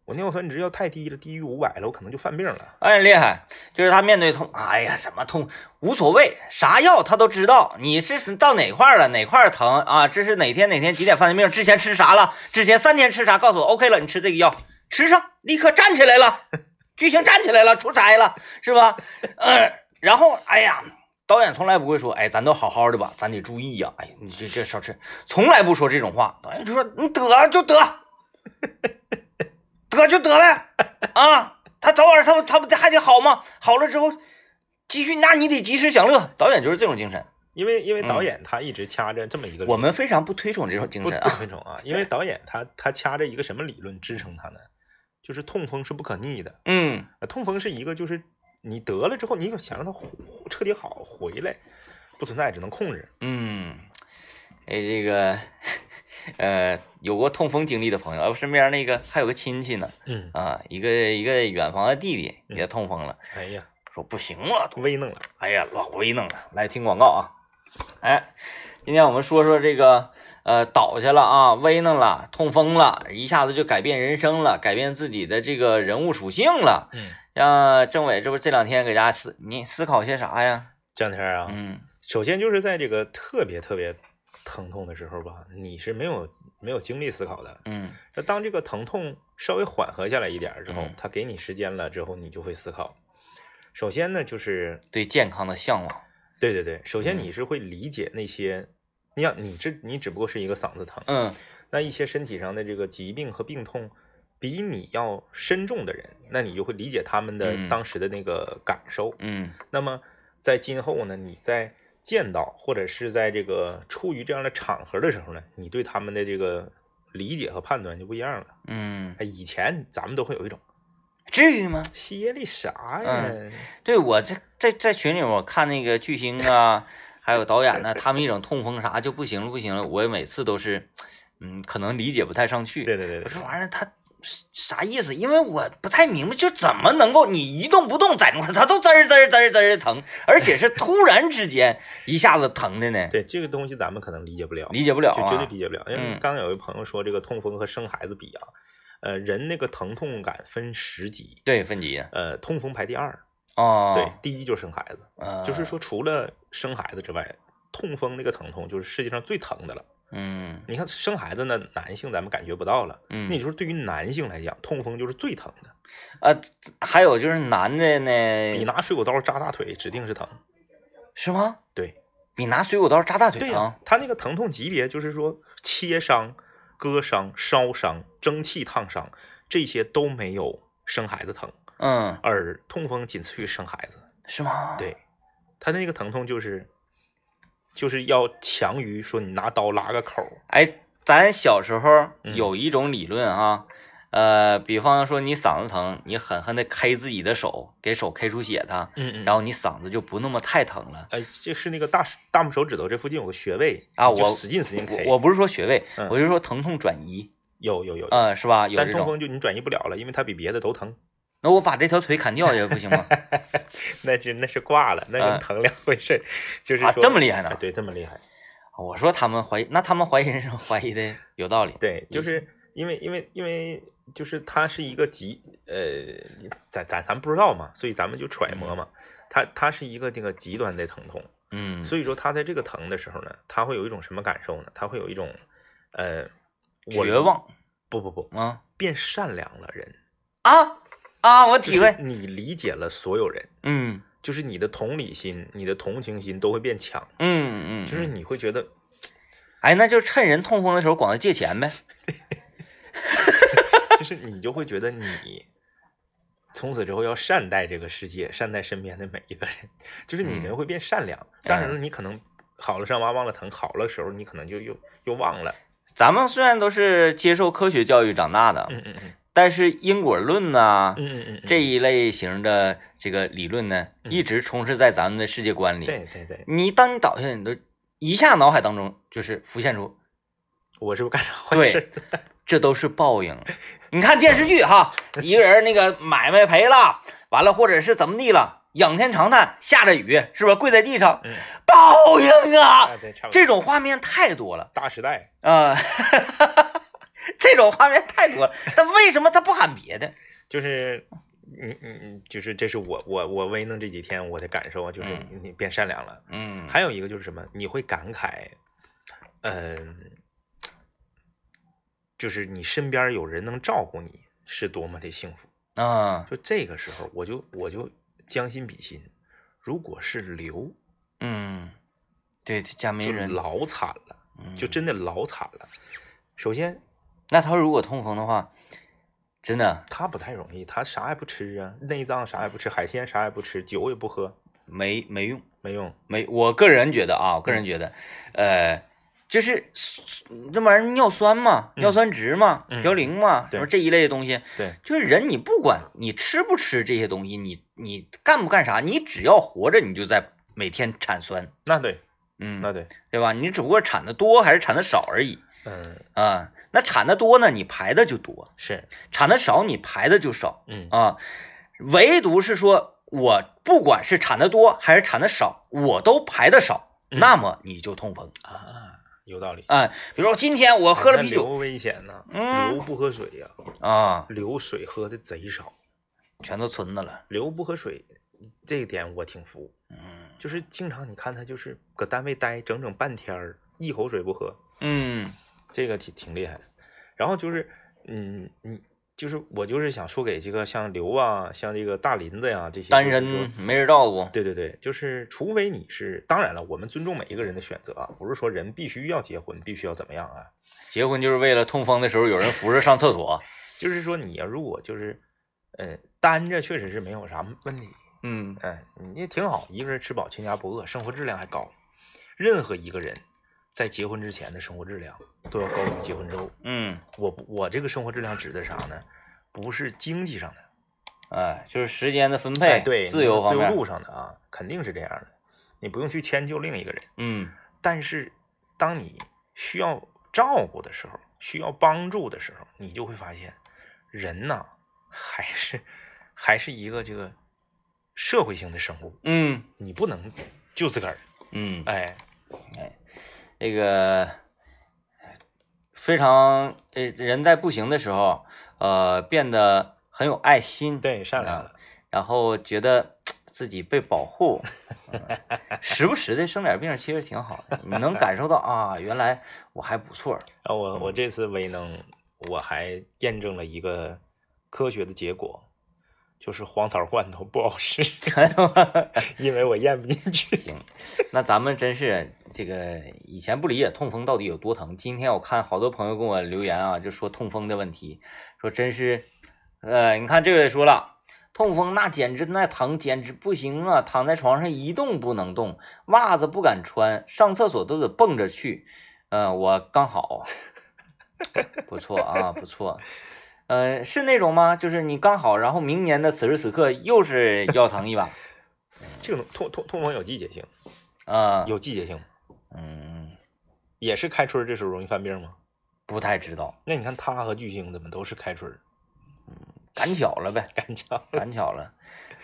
[SPEAKER 2] 我尿酸值要太低了，低于五百了，我可能就犯病了。
[SPEAKER 1] 哎，厉害！就是他面对痛，哎呀，什么痛无所谓，啥药他都知道。你是到哪块儿了，哪块儿疼啊？这是哪天哪天几点犯的病？之前吃啥了？之前三天吃啥？告诉我，OK 了，你吃这个药，吃上，立刻站起来了，剧情站起来了，出差了，是吧？嗯、然后，哎呀，导演从来不会说，哎，咱都好好的吧，咱得注意呀、哎，你这这少吃，从来不说这种话。导演就说，你得就得， *laughs* 得就得呗，啊，他早晚他不他不还得好吗？好了之后，继续，那你得及时享乐。导演就是这种精神，
[SPEAKER 2] 因为因为导
[SPEAKER 1] 嗯
[SPEAKER 2] 演他一直掐着这么一个理
[SPEAKER 1] 我们非常不推崇这种精
[SPEAKER 2] 不
[SPEAKER 1] 神
[SPEAKER 2] 不
[SPEAKER 1] 啊。
[SPEAKER 2] 推崇啊，
[SPEAKER 1] *laughs*
[SPEAKER 2] 因为导演他他掐着一个什么理论支撑他呢？就是痛风是不可逆的，
[SPEAKER 1] 嗯
[SPEAKER 2] 呃痛风是一个就是你得了之后，你想让它活彻底好回来，不存在，只能控制。
[SPEAKER 1] 嗯，哎，这个 *laughs* 呃，有过痛风经历的朋友，啊我身边那个还有个亲戚呢，
[SPEAKER 2] 嗯，
[SPEAKER 1] 啊，一个一个远房的弟弟
[SPEAKER 2] 嗯
[SPEAKER 1] 也痛风了，
[SPEAKER 2] 哎呀，
[SPEAKER 1] 说不行了，都
[SPEAKER 2] 微弄了，
[SPEAKER 1] 哎呀，老威弄了。来听广告啊！哎，今天我们说说这个，呃，倒下了啊，威弄了，痛风了，一下子就改变人生了，改变自己的这个人物属性了。
[SPEAKER 2] 嗯，
[SPEAKER 1] 让政委这不这两天给大家思，你思考些啥呀？
[SPEAKER 2] 这两天啊，
[SPEAKER 1] 嗯
[SPEAKER 2] 首先就是在这个特别特别疼痛的时候吧，你是没有没有精力思考的。
[SPEAKER 1] 嗯
[SPEAKER 2] 那当这个疼痛稍微缓和下来一点儿之后
[SPEAKER 1] 嗯，
[SPEAKER 2] 他给你时间了之后，你就会思考。首先呢，就是
[SPEAKER 1] 对健康的向往。
[SPEAKER 2] 对对对，首先
[SPEAKER 1] 嗯
[SPEAKER 2] 你是会理解那些，你想你这你只不过是一个嗓子疼，
[SPEAKER 1] 嗯
[SPEAKER 2] 那一些身体上的这个疾病和病痛比你要深重的人，那你就会理解他们的
[SPEAKER 1] 嗯
[SPEAKER 2] 当时的那个感受。
[SPEAKER 1] 嗯
[SPEAKER 2] 那么在今后呢，你在见到或者是在这个处于这样的场合的时候呢，你对他们的这个理解和判断就不一样了。
[SPEAKER 1] 嗯，
[SPEAKER 2] 哎，以前咱们都会有一种
[SPEAKER 1] 至于吗？
[SPEAKER 2] 歇力啥呀？
[SPEAKER 1] 嗯对我这在在群里面我看那个巨星啊， *laughs* 还有导演呢，他们一整痛风啥就不行了不行了，我也每次都是，嗯，可能理解不太上去。
[SPEAKER 2] 对对对
[SPEAKER 1] 我
[SPEAKER 2] 对
[SPEAKER 1] 说，玩意儿他啥意思？因为我不太明白，就怎么能够你一动不动在那块儿，他都滋儿滋儿滋儿滋儿地疼，而且是突然之间一下子疼的呢，
[SPEAKER 2] 对这个东西咱们可能理解不了。
[SPEAKER 1] 理解不了
[SPEAKER 2] 就
[SPEAKER 1] 啊。
[SPEAKER 2] 绝对理解不了。因为
[SPEAKER 1] 嗯
[SPEAKER 2] 刚刚有一朋友说这个痛风和生孩子比啊，呃，人那个疼痛感分十级，
[SPEAKER 1] 对，分级啊
[SPEAKER 2] 呃，痛风排第二，
[SPEAKER 1] 哦，
[SPEAKER 2] 对，第一就是生孩子，
[SPEAKER 1] 呃，
[SPEAKER 2] 就是说除了生孩子之外。痛风那个疼痛就是世界上最疼的了。
[SPEAKER 1] 嗯，
[SPEAKER 2] 你看生孩子呢，男性咱们感觉不到了，
[SPEAKER 1] 嗯
[SPEAKER 2] 那也就是对于男性来讲，痛风就是最疼的，
[SPEAKER 1] 啊，还有就是男的
[SPEAKER 2] 比
[SPEAKER 1] 呢，
[SPEAKER 2] 拿水果刀扎大腿指定是疼。
[SPEAKER 1] 是吗？
[SPEAKER 2] 对，
[SPEAKER 1] 比拿水果刀扎大腿
[SPEAKER 2] 对
[SPEAKER 1] 疼。
[SPEAKER 2] 呀、他那个疼痛级别就是说切伤、割伤、烧伤、蒸汽烫伤这些都没有生孩子疼。
[SPEAKER 1] 嗯，
[SPEAKER 2] 而痛风仅次于生孩子。
[SPEAKER 1] 是吗？，
[SPEAKER 2] 对，他的那个疼痛就是，就是要强于说你拿刀拉个口儿，
[SPEAKER 1] 哎，咱小时候
[SPEAKER 2] 嗯
[SPEAKER 1] 有一种理论啊，呃，比方说你嗓子疼，你狠狠的 K 自己的手，给手 K 出血它，
[SPEAKER 2] 嗯嗯
[SPEAKER 1] 然
[SPEAKER 2] 然后
[SPEAKER 1] 后你嗓子就不那么太疼了。
[SPEAKER 2] 哎，这是那个大手大拇手指头这附近有个穴位
[SPEAKER 1] 啊
[SPEAKER 2] 你就
[SPEAKER 1] 我
[SPEAKER 2] 使劲使劲 K，
[SPEAKER 1] 我我不是说穴位，
[SPEAKER 2] 嗯
[SPEAKER 1] 我就说疼痛转移，
[SPEAKER 2] 有有有，
[SPEAKER 1] 呃，是吧？有
[SPEAKER 2] 但
[SPEAKER 1] 这
[SPEAKER 2] 痛
[SPEAKER 1] 种。
[SPEAKER 2] 风就你转移不了了，因为它比别的都疼， *laughs*
[SPEAKER 1] 那我把这条腿砍掉也不行吗？
[SPEAKER 2] 那就那是挂了，那
[SPEAKER 1] 啊
[SPEAKER 2] 跟疼两回事儿，就是
[SPEAKER 1] 啊
[SPEAKER 2] 说
[SPEAKER 1] 这么厉害呢
[SPEAKER 2] 哎对，这么厉害，
[SPEAKER 1] 我说他们怀疑，那他们怀疑人生怀疑的有道理。
[SPEAKER 2] 对，就
[SPEAKER 1] 意思
[SPEAKER 2] 是因为因为因为就是它是一个极呃，咱咱咱不知道嘛，所以咱们就揣摩嘛。它它是一个这个极端的疼痛，
[SPEAKER 1] 嗯，
[SPEAKER 2] 所以说他在这个疼的时候呢，他会有一种什么感受呢？他会有一种呃，我
[SPEAKER 1] 绝望。
[SPEAKER 2] 不不不，
[SPEAKER 1] 嗯
[SPEAKER 2] 变善良了人，
[SPEAKER 1] 啊啊，我
[SPEAKER 2] 就
[SPEAKER 1] 体
[SPEAKER 2] 是
[SPEAKER 1] 会，
[SPEAKER 2] 你理解了所有人，
[SPEAKER 1] 嗯
[SPEAKER 2] 就是你的同理心、你的同情心都会变强，
[SPEAKER 1] 嗯嗯，
[SPEAKER 2] 就是你会觉得
[SPEAKER 1] 哎，那就趁人痛风的时候管他借钱呗。
[SPEAKER 2] 就是你就会觉得你从此之后要善待这个世界，善待身边的每一个人，就是
[SPEAKER 1] 嗯
[SPEAKER 2] 你人会变善良。当然了，你可能好了伤疤忘了疼，好了时候你可能就又又忘了。
[SPEAKER 1] 咱们虽然都是接受科学教育长大的，
[SPEAKER 2] 嗯嗯嗯
[SPEAKER 1] 但是因果论呐、
[SPEAKER 2] 嗯嗯嗯嗯，
[SPEAKER 1] 这一类型的这个理论呢，
[SPEAKER 2] 嗯
[SPEAKER 1] 一直充斥在咱们的世界观里。
[SPEAKER 2] 对对对，
[SPEAKER 1] 你当你倒下，你都一下脑海当中就是浮现出，
[SPEAKER 2] 我是不是干啥坏事
[SPEAKER 1] 对？，这都是报应。啊你看电视剧哈，一个人那个买卖赔了，完了或者是怎么地了，仰天长叹，下着雨，是不是跪在地上，
[SPEAKER 2] 嗯
[SPEAKER 1] 报应啊！
[SPEAKER 2] 啊，对，差不多。
[SPEAKER 1] 这种画面太多了
[SPEAKER 2] 大时代，
[SPEAKER 1] 啊、 *laughs* 这种画面太多了。但为什么他不喊别的？
[SPEAKER 2] 就是你你你，就是这是我我我威弄这几天我的感受啊，就是
[SPEAKER 1] 嗯
[SPEAKER 2] 你变善良了。
[SPEAKER 1] 嗯，
[SPEAKER 2] 还有一个就是什么，你会感慨，嗯，就是你身边有人能照顾你，是多么的幸福。
[SPEAKER 1] 啊，
[SPEAKER 2] 就这个时候，我就我就将心比心，如果是刘，
[SPEAKER 1] 嗯，对，这家没
[SPEAKER 2] 就
[SPEAKER 1] 人，
[SPEAKER 2] 老惨了，
[SPEAKER 1] 嗯
[SPEAKER 2] 就真的老惨了。首先，
[SPEAKER 1] 那他如果痛风的话，真的
[SPEAKER 2] 他不太容易，他啥也不吃啊，内脏啥也不吃，海鲜啥也不吃，酒也不喝，
[SPEAKER 1] 没没用。
[SPEAKER 2] 没用。
[SPEAKER 1] 没，我个人觉得啊，我个
[SPEAKER 2] 嗯
[SPEAKER 1] 人觉得，呃，就是这玩意儿尿酸嘛，
[SPEAKER 2] 嗯
[SPEAKER 1] 尿酸值嘛，
[SPEAKER 2] 嗯
[SPEAKER 1] 嘌呤嘛，
[SPEAKER 2] 对
[SPEAKER 1] 什么这一类的东西，
[SPEAKER 2] 对，
[SPEAKER 1] 就是人你不管你吃不吃这些东西，你你干不干啥，你只要活着，你就在每天产酸，
[SPEAKER 2] 那对，那
[SPEAKER 1] 嗯，
[SPEAKER 2] 对，
[SPEAKER 1] 对吧？你只不过产的多还是产的少而已
[SPEAKER 2] 嗯，
[SPEAKER 1] 啊。那产的多呢，你排的就多；
[SPEAKER 2] 是，
[SPEAKER 1] 产的少，你排的就少。
[SPEAKER 2] 嗯
[SPEAKER 1] 啊，唯独是说我不管是产的多还是产的少，我都排的少，
[SPEAKER 2] 嗯
[SPEAKER 1] 那么你就痛风
[SPEAKER 2] 啊，有道理。
[SPEAKER 1] 啊。比如说今天我喝了
[SPEAKER 2] 哎那
[SPEAKER 1] 啤
[SPEAKER 2] 刘
[SPEAKER 1] 酒
[SPEAKER 2] 危险呢，
[SPEAKER 1] 嗯
[SPEAKER 2] 刘不喝水呀、
[SPEAKER 1] 啊，
[SPEAKER 2] 流水喝的贼少，
[SPEAKER 1] 全都存着了，
[SPEAKER 2] 流不喝水，这一点我挺服。
[SPEAKER 1] 嗯
[SPEAKER 2] 就是经常你看他就是搁单位待整整半天儿，一口水不喝，
[SPEAKER 1] 嗯
[SPEAKER 2] 这个挺挺厉害的。然后就是，嗯，你就是我就是想说给这个像刘啊，像这个大林子呀、这些
[SPEAKER 1] 单
[SPEAKER 2] 就是说
[SPEAKER 1] 身没人照顾，
[SPEAKER 2] 对对对，就是除非你是，当然了，我们尊重每一个人的选择啊，不是说人必须要结婚，必须要怎么样啊，
[SPEAKER 1] 结婚就是为了痛风的时候有人扶着上厕所，
[SPEAKER 2] 就是说你要如果就是，呃，单着确实是没有啥问题，
[SPEAKER 1] 嗯
[SPEAKER 2] *laughs* 嗯，你也挺好，一个人吃饱全家不饿，生活质量还高。任何一个人在结婚之前的生活质量都要高于结婚之后。
[SPEAKER 1] 嗯，
[SPEAKER 2] 我不我这个生活质量指的啥呢？不是经济上的，
[SPEAKER 1] 哎，就是时间的分配，
[SPEAKER 2] 哎，对，
[SPEAKER 1] 自由
[SPEAKER 2] 自
[SPEAKER 1] 方
[SPEAKER 2] 由
[SPEAKER 1] 面，
[SPEAKER 2] 度上的啊，肯定是这样的。你不用去迁就另一个人，
[SPEAKER 1] 嗯
[SPEAKER 2] 但是当你需要照顾的时候，需要帮助的时候，你就会发现，人呐，还是还是一个这个社会性的生物，
[SPEAKER 1] 嗯
[SPEAKER 2] 你不能就自个儿。
[SPEAKER 1] 嗯，
[SPEAKER 2] 哎，
[SPEAKER 1] 这个非常呃，人在不行的时候，呃，变得很有爱心，，
[SPEAKER 2] 对，善良了，
[SPEAKER 1] 然后觉得自己被保护，嗯时不时的生点病，其实挺好的，你能感受到啊，原来我还不错，
[SPEAKER 2] 然后啊我我这次威能，我还验证了一个科学的结果，就是黄桃罐头不好 *laughs* 吃，因为我咽不进去。
[SPEAKER 1] 行，那咱们真是这个以前不理解痛风到底有多疼，今天我看好多朋友跟我留言啊，就说痛风的问题，说真是，呃，你看这位说了。痛风那简直那疼简直不行啊！躺在床上一动不能动，袜子不敢穿，上厕所都得蹦着去。嗯、我刚好，不错啊，不错。呃，是那种吗？就是你刚好，然后明年的此时此刻又是腰疼一把。
[SPEAKER 2] 这种痛痛痛风有季节性，
[SPEAKER 1] 啊、
[SPEAKER 2] 有季节性吗
[SPEAKER 1] 嗯，
[SPEAKER 2] 也是开春儿这时候容易犯病吗？
[SPEAKER 1] 不太知道，
[SPEAKER 2] 那你看他和巨星怎么都是开春儿，，
[SPEAKER 1] 赶巧了呗
[SPEAKER 2] 赶巧，
[SPEAKER 1] 赶巧了。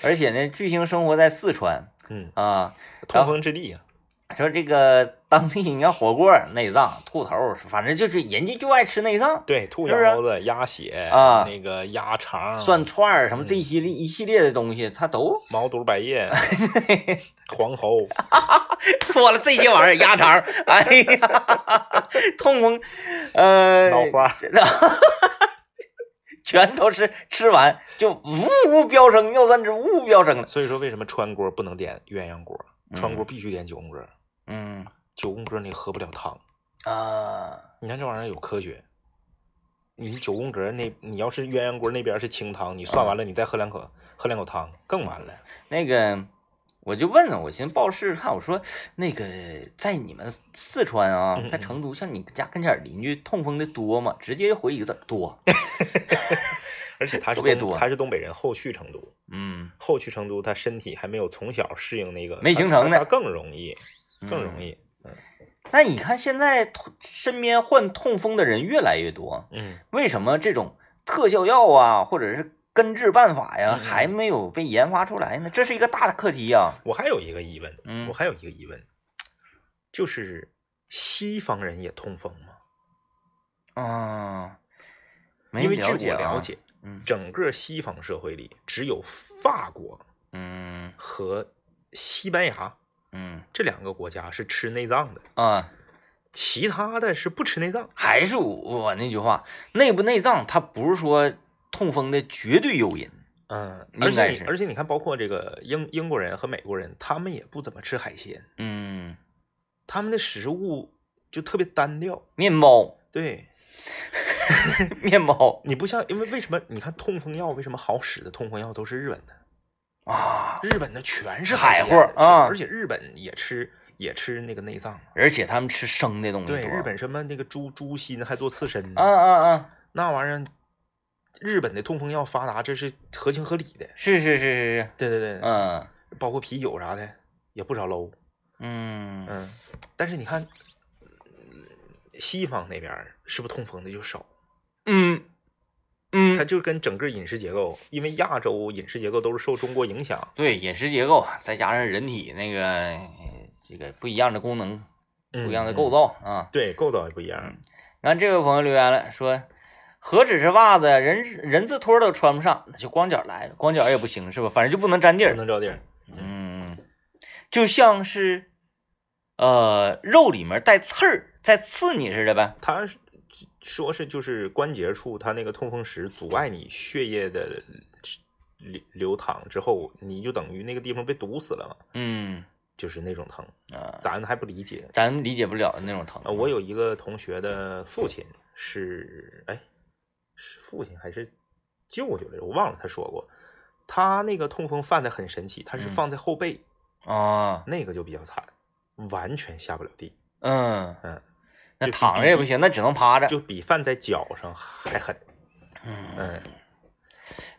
[SPEAKER 1] 而且呢，巨星生活在四川
[SPEAKER 2] 嗯，
[SPEAKER 1] 啊，
[SPEAKER 2] 痛风之地呀、啊
[SPEAKER 1] 说这个当地你看火锅内脏、兔头，反正就是人家就爱吃内脏、
[SPEAKER 2] 对，兔
[SPEAKER 1] 是不是
[SPEAKER 2] 腰子、鸭血
[SPEAKER 1] 啊
[SPEAKER 2] 那个鸭肠、
[SPEAKER 1] 涮串儿什么这一系列一系列的东西，他
[SPEAKER 2] *laughs*
[SPEAKER 1] 都
[SPEAKER 2] 毛肚、百叶、黄喉，
[SPEAKER 1] 多了这些玩意儿，鸭肠儿，哎呀，痛风，呃，
[SPEAKER 2] *laughs* 脑花，
[SPEAKER 1] 全都是吃完就呜呜飙升，尿酸值呜呜飙升了。
[SPEAKER 2] 所以说，为什么川锅不能点鸳鸯锅？川锅必须点九宫格，
[SPEAKER 1] 嗯
[SPEAKER 2] 九宫格你喝不了汤。
[SPEAKER 1] 啊，
[SPEAKER 2] 你看这玩意儿有科学。你九宫格那，你要是鸳鸯锅那边是清汤，你涮完了，你再喝两口，喝两口汤更完了。
[SPEAKER 1] 那个我就问了，我寻思报市看，我说那个在你们四川啊
[SPEAKER 2] 嗯嗯，
[SPEAKER 1] 在成都，像你家跟前儿邻居痛风的多吗？直接回一个字儿
[SPEAKER 2] *laughs*
[SPEAKER 1] 多。
[SPEAKER 2] 而且他是
[SPEAKER 1] 特别
[SPEAKER 2] 东
[SPEAKER 1] 多
[SPEAKER 2] 他是东北人，后去成都，
[SPEAKER 1] 嗯，
[SPEAKER 2] 后去成都，他身体还没有从小适应那个
[SPEAKER 1] 没
[SPEAKER 2] 他
[SPEAKER 1] 形成
[SPEAKER 2] 他
[SPEAKER 1] 呢
[SPEAKER 2] 他更容易，更容
[SPEAKER 1] 嗯
[SPEAKER 2] 易。
[SPEAKER 1] 那你看现在痛身边患痛风的人越来越多，
[SPEAKER 2] 嗯，
[SPEAKER 1] 为什么这种特效药啊，或者是根治办法呀，
[SPEAKER 2] 嗯嗯
[SPEAKER 1] 还没有被研发出来呢？这是一个大的课题呀、
[SPEAKER 2] 我还有一个疑问，
[SPEAKER 1] 嗯
[SPEAKER 2] 我还有一个疑问，就是西方人也痛风吗？
[SPEAKER 1] 嗯，没
[SPEAKER 2] 因为
[SPEAKER 1] 了
[SPEAKER 2] 据
[SPEAKER 1] 解、
[SPEAKER 2] 我
[SPEAKER 1] 啊、
[SPEAKER 2] 了，解，
[SPEAKER 1] 嗯
[SPEAKER 2] 整个西方社会里，只有法国
[SPEAKER 1] 嗯
[SPEAKER 2] 和西班牙
[SPEAKER 1] 嗯
[SPEAKER 2] 这两个国家是吃内脏的，
[SPEAKER 1] 啊，
[SPEAKER 2] 其他的是不吃内脏。
[SPEAKER 1] 还是我那句话，内不内脏，它不是说痛风的绝对诱因。
[SPEAKER 2] 嗯，
[SPEAKER 1] 应
[SPEAKER 2] 而且
[SPEAKER 1] 该
[SPEAKER 2] 你
[SPEAKER 1] 是
[SPEAKER 2] 而且你看，包括这个英英国人和美国人，他们也不怎么吃海鲜，
[SPEAKER 1] 嗯，
[SPEAKER 2] 他们的食物就特别单调。
[SPEAKER 1] 面包， *laughs*
[SPEAKER 2] 对，
[SPEAKER 1] 面包
[SPEAKER 2] 你不像，因为为什么？你看痛风药为什么好使的痛风药都是日本的？
[SPEAKER 1] 啊，
[SPEAKER 2] 日本的全是
[SPEAKER 1] 海
[SPEAKER 2] 鲜
[SPEAKER 1] 货
[SPEAKER 2] 全
[SPEAKER 1] 啊
[SPEAKER 2] 而且日本也吃也吃那个内脏啊。
[SPEAKER 1] 而且他们吃生的东西多。
[SPEAKER 2] 对，日本什么那个猪猪心还做刺身呢，
[SPEAKER 1] 嗯啊啊啊，
[SPEAKER 2] 那玩意儿，日本的痛风药发达，这是合情合理的。
[SPEAKER 1] 是是是是是，
[SPEAKER 2] 对对对，
[SPEAKER 1] 嗯
[SPEAKER 2] 包括啤酒啥的也不少搂。
[SPEAKER 1] 嗯。
[SPEAKER 2] 嗯，但是你看，嗯西方那边儿是不是痛风的就少？
[SPEAKER 1] 嗯，
[SPEAKER 2] 它
[SPEAKER 1] 嗯，
[SPEAKER 2] 就跟整个饮食结构，因为亚洲饮食结构都是受中国影响，
[SPEAKER 1] 对，饮食结构再加上人体那个呃这个不一样的功能，
[SPEAKER 2] 不
[SPEAKER 1] 不一样的构，造、啊。
[SPEAKER 2] 嗯对构造也不一样。
[SPEAKER 1] 然后这位朋友留言了，说何止是袜子，人人字拖都穿不上，那就光脚来，光脚也不行是吧？反正就不能沾地
[SPEAKER 2] 不
[SPEAKER 1] 儿。
[SPEAKER 2] 能着地儿，
[SPEAKER 1] 嗯，就像是呃肉里面带刺儿在刺你似的呗。
[SPEAKER 2] 它是说是就是关节处，它那个痛风石阻碍你血液的流流淌之后，你就等于那个地方被堵死了嘛，
[SPEAKER 1] 嗯
[SPEAKER 2] 就是那种疼，
[SPEAKER 1] 啊、
[SPEAKER 2] 咱还不理解
[SPEAKER 1] 咱们理解不了那种疼
[SPEAKER 2] 啊。我有一个同学的父亲是，哎，是父亲还是舅舅来着？我忘了他说过，他那个痛风犯的很神奇，他是
[SPEAKER 1] 嗯
[SPEAKER 2] 放在后背，
[SPEAKER 1] 啊，
[SPEAKER 2] 那个就比较惨，完全下不了地，
[SPEAKER 1] 嗯
[SPEAKER 2] 嗯，
[SPEAKER 1] 那
[SPEAKER 2] 就
[SPEAKER 1] 躺着也不行，那只能趴着。
[SPEAKER 2] 就比犯在脚上还狠，
[SPEAKER 1] 嗯。
[SPEAKER 2] 嗯，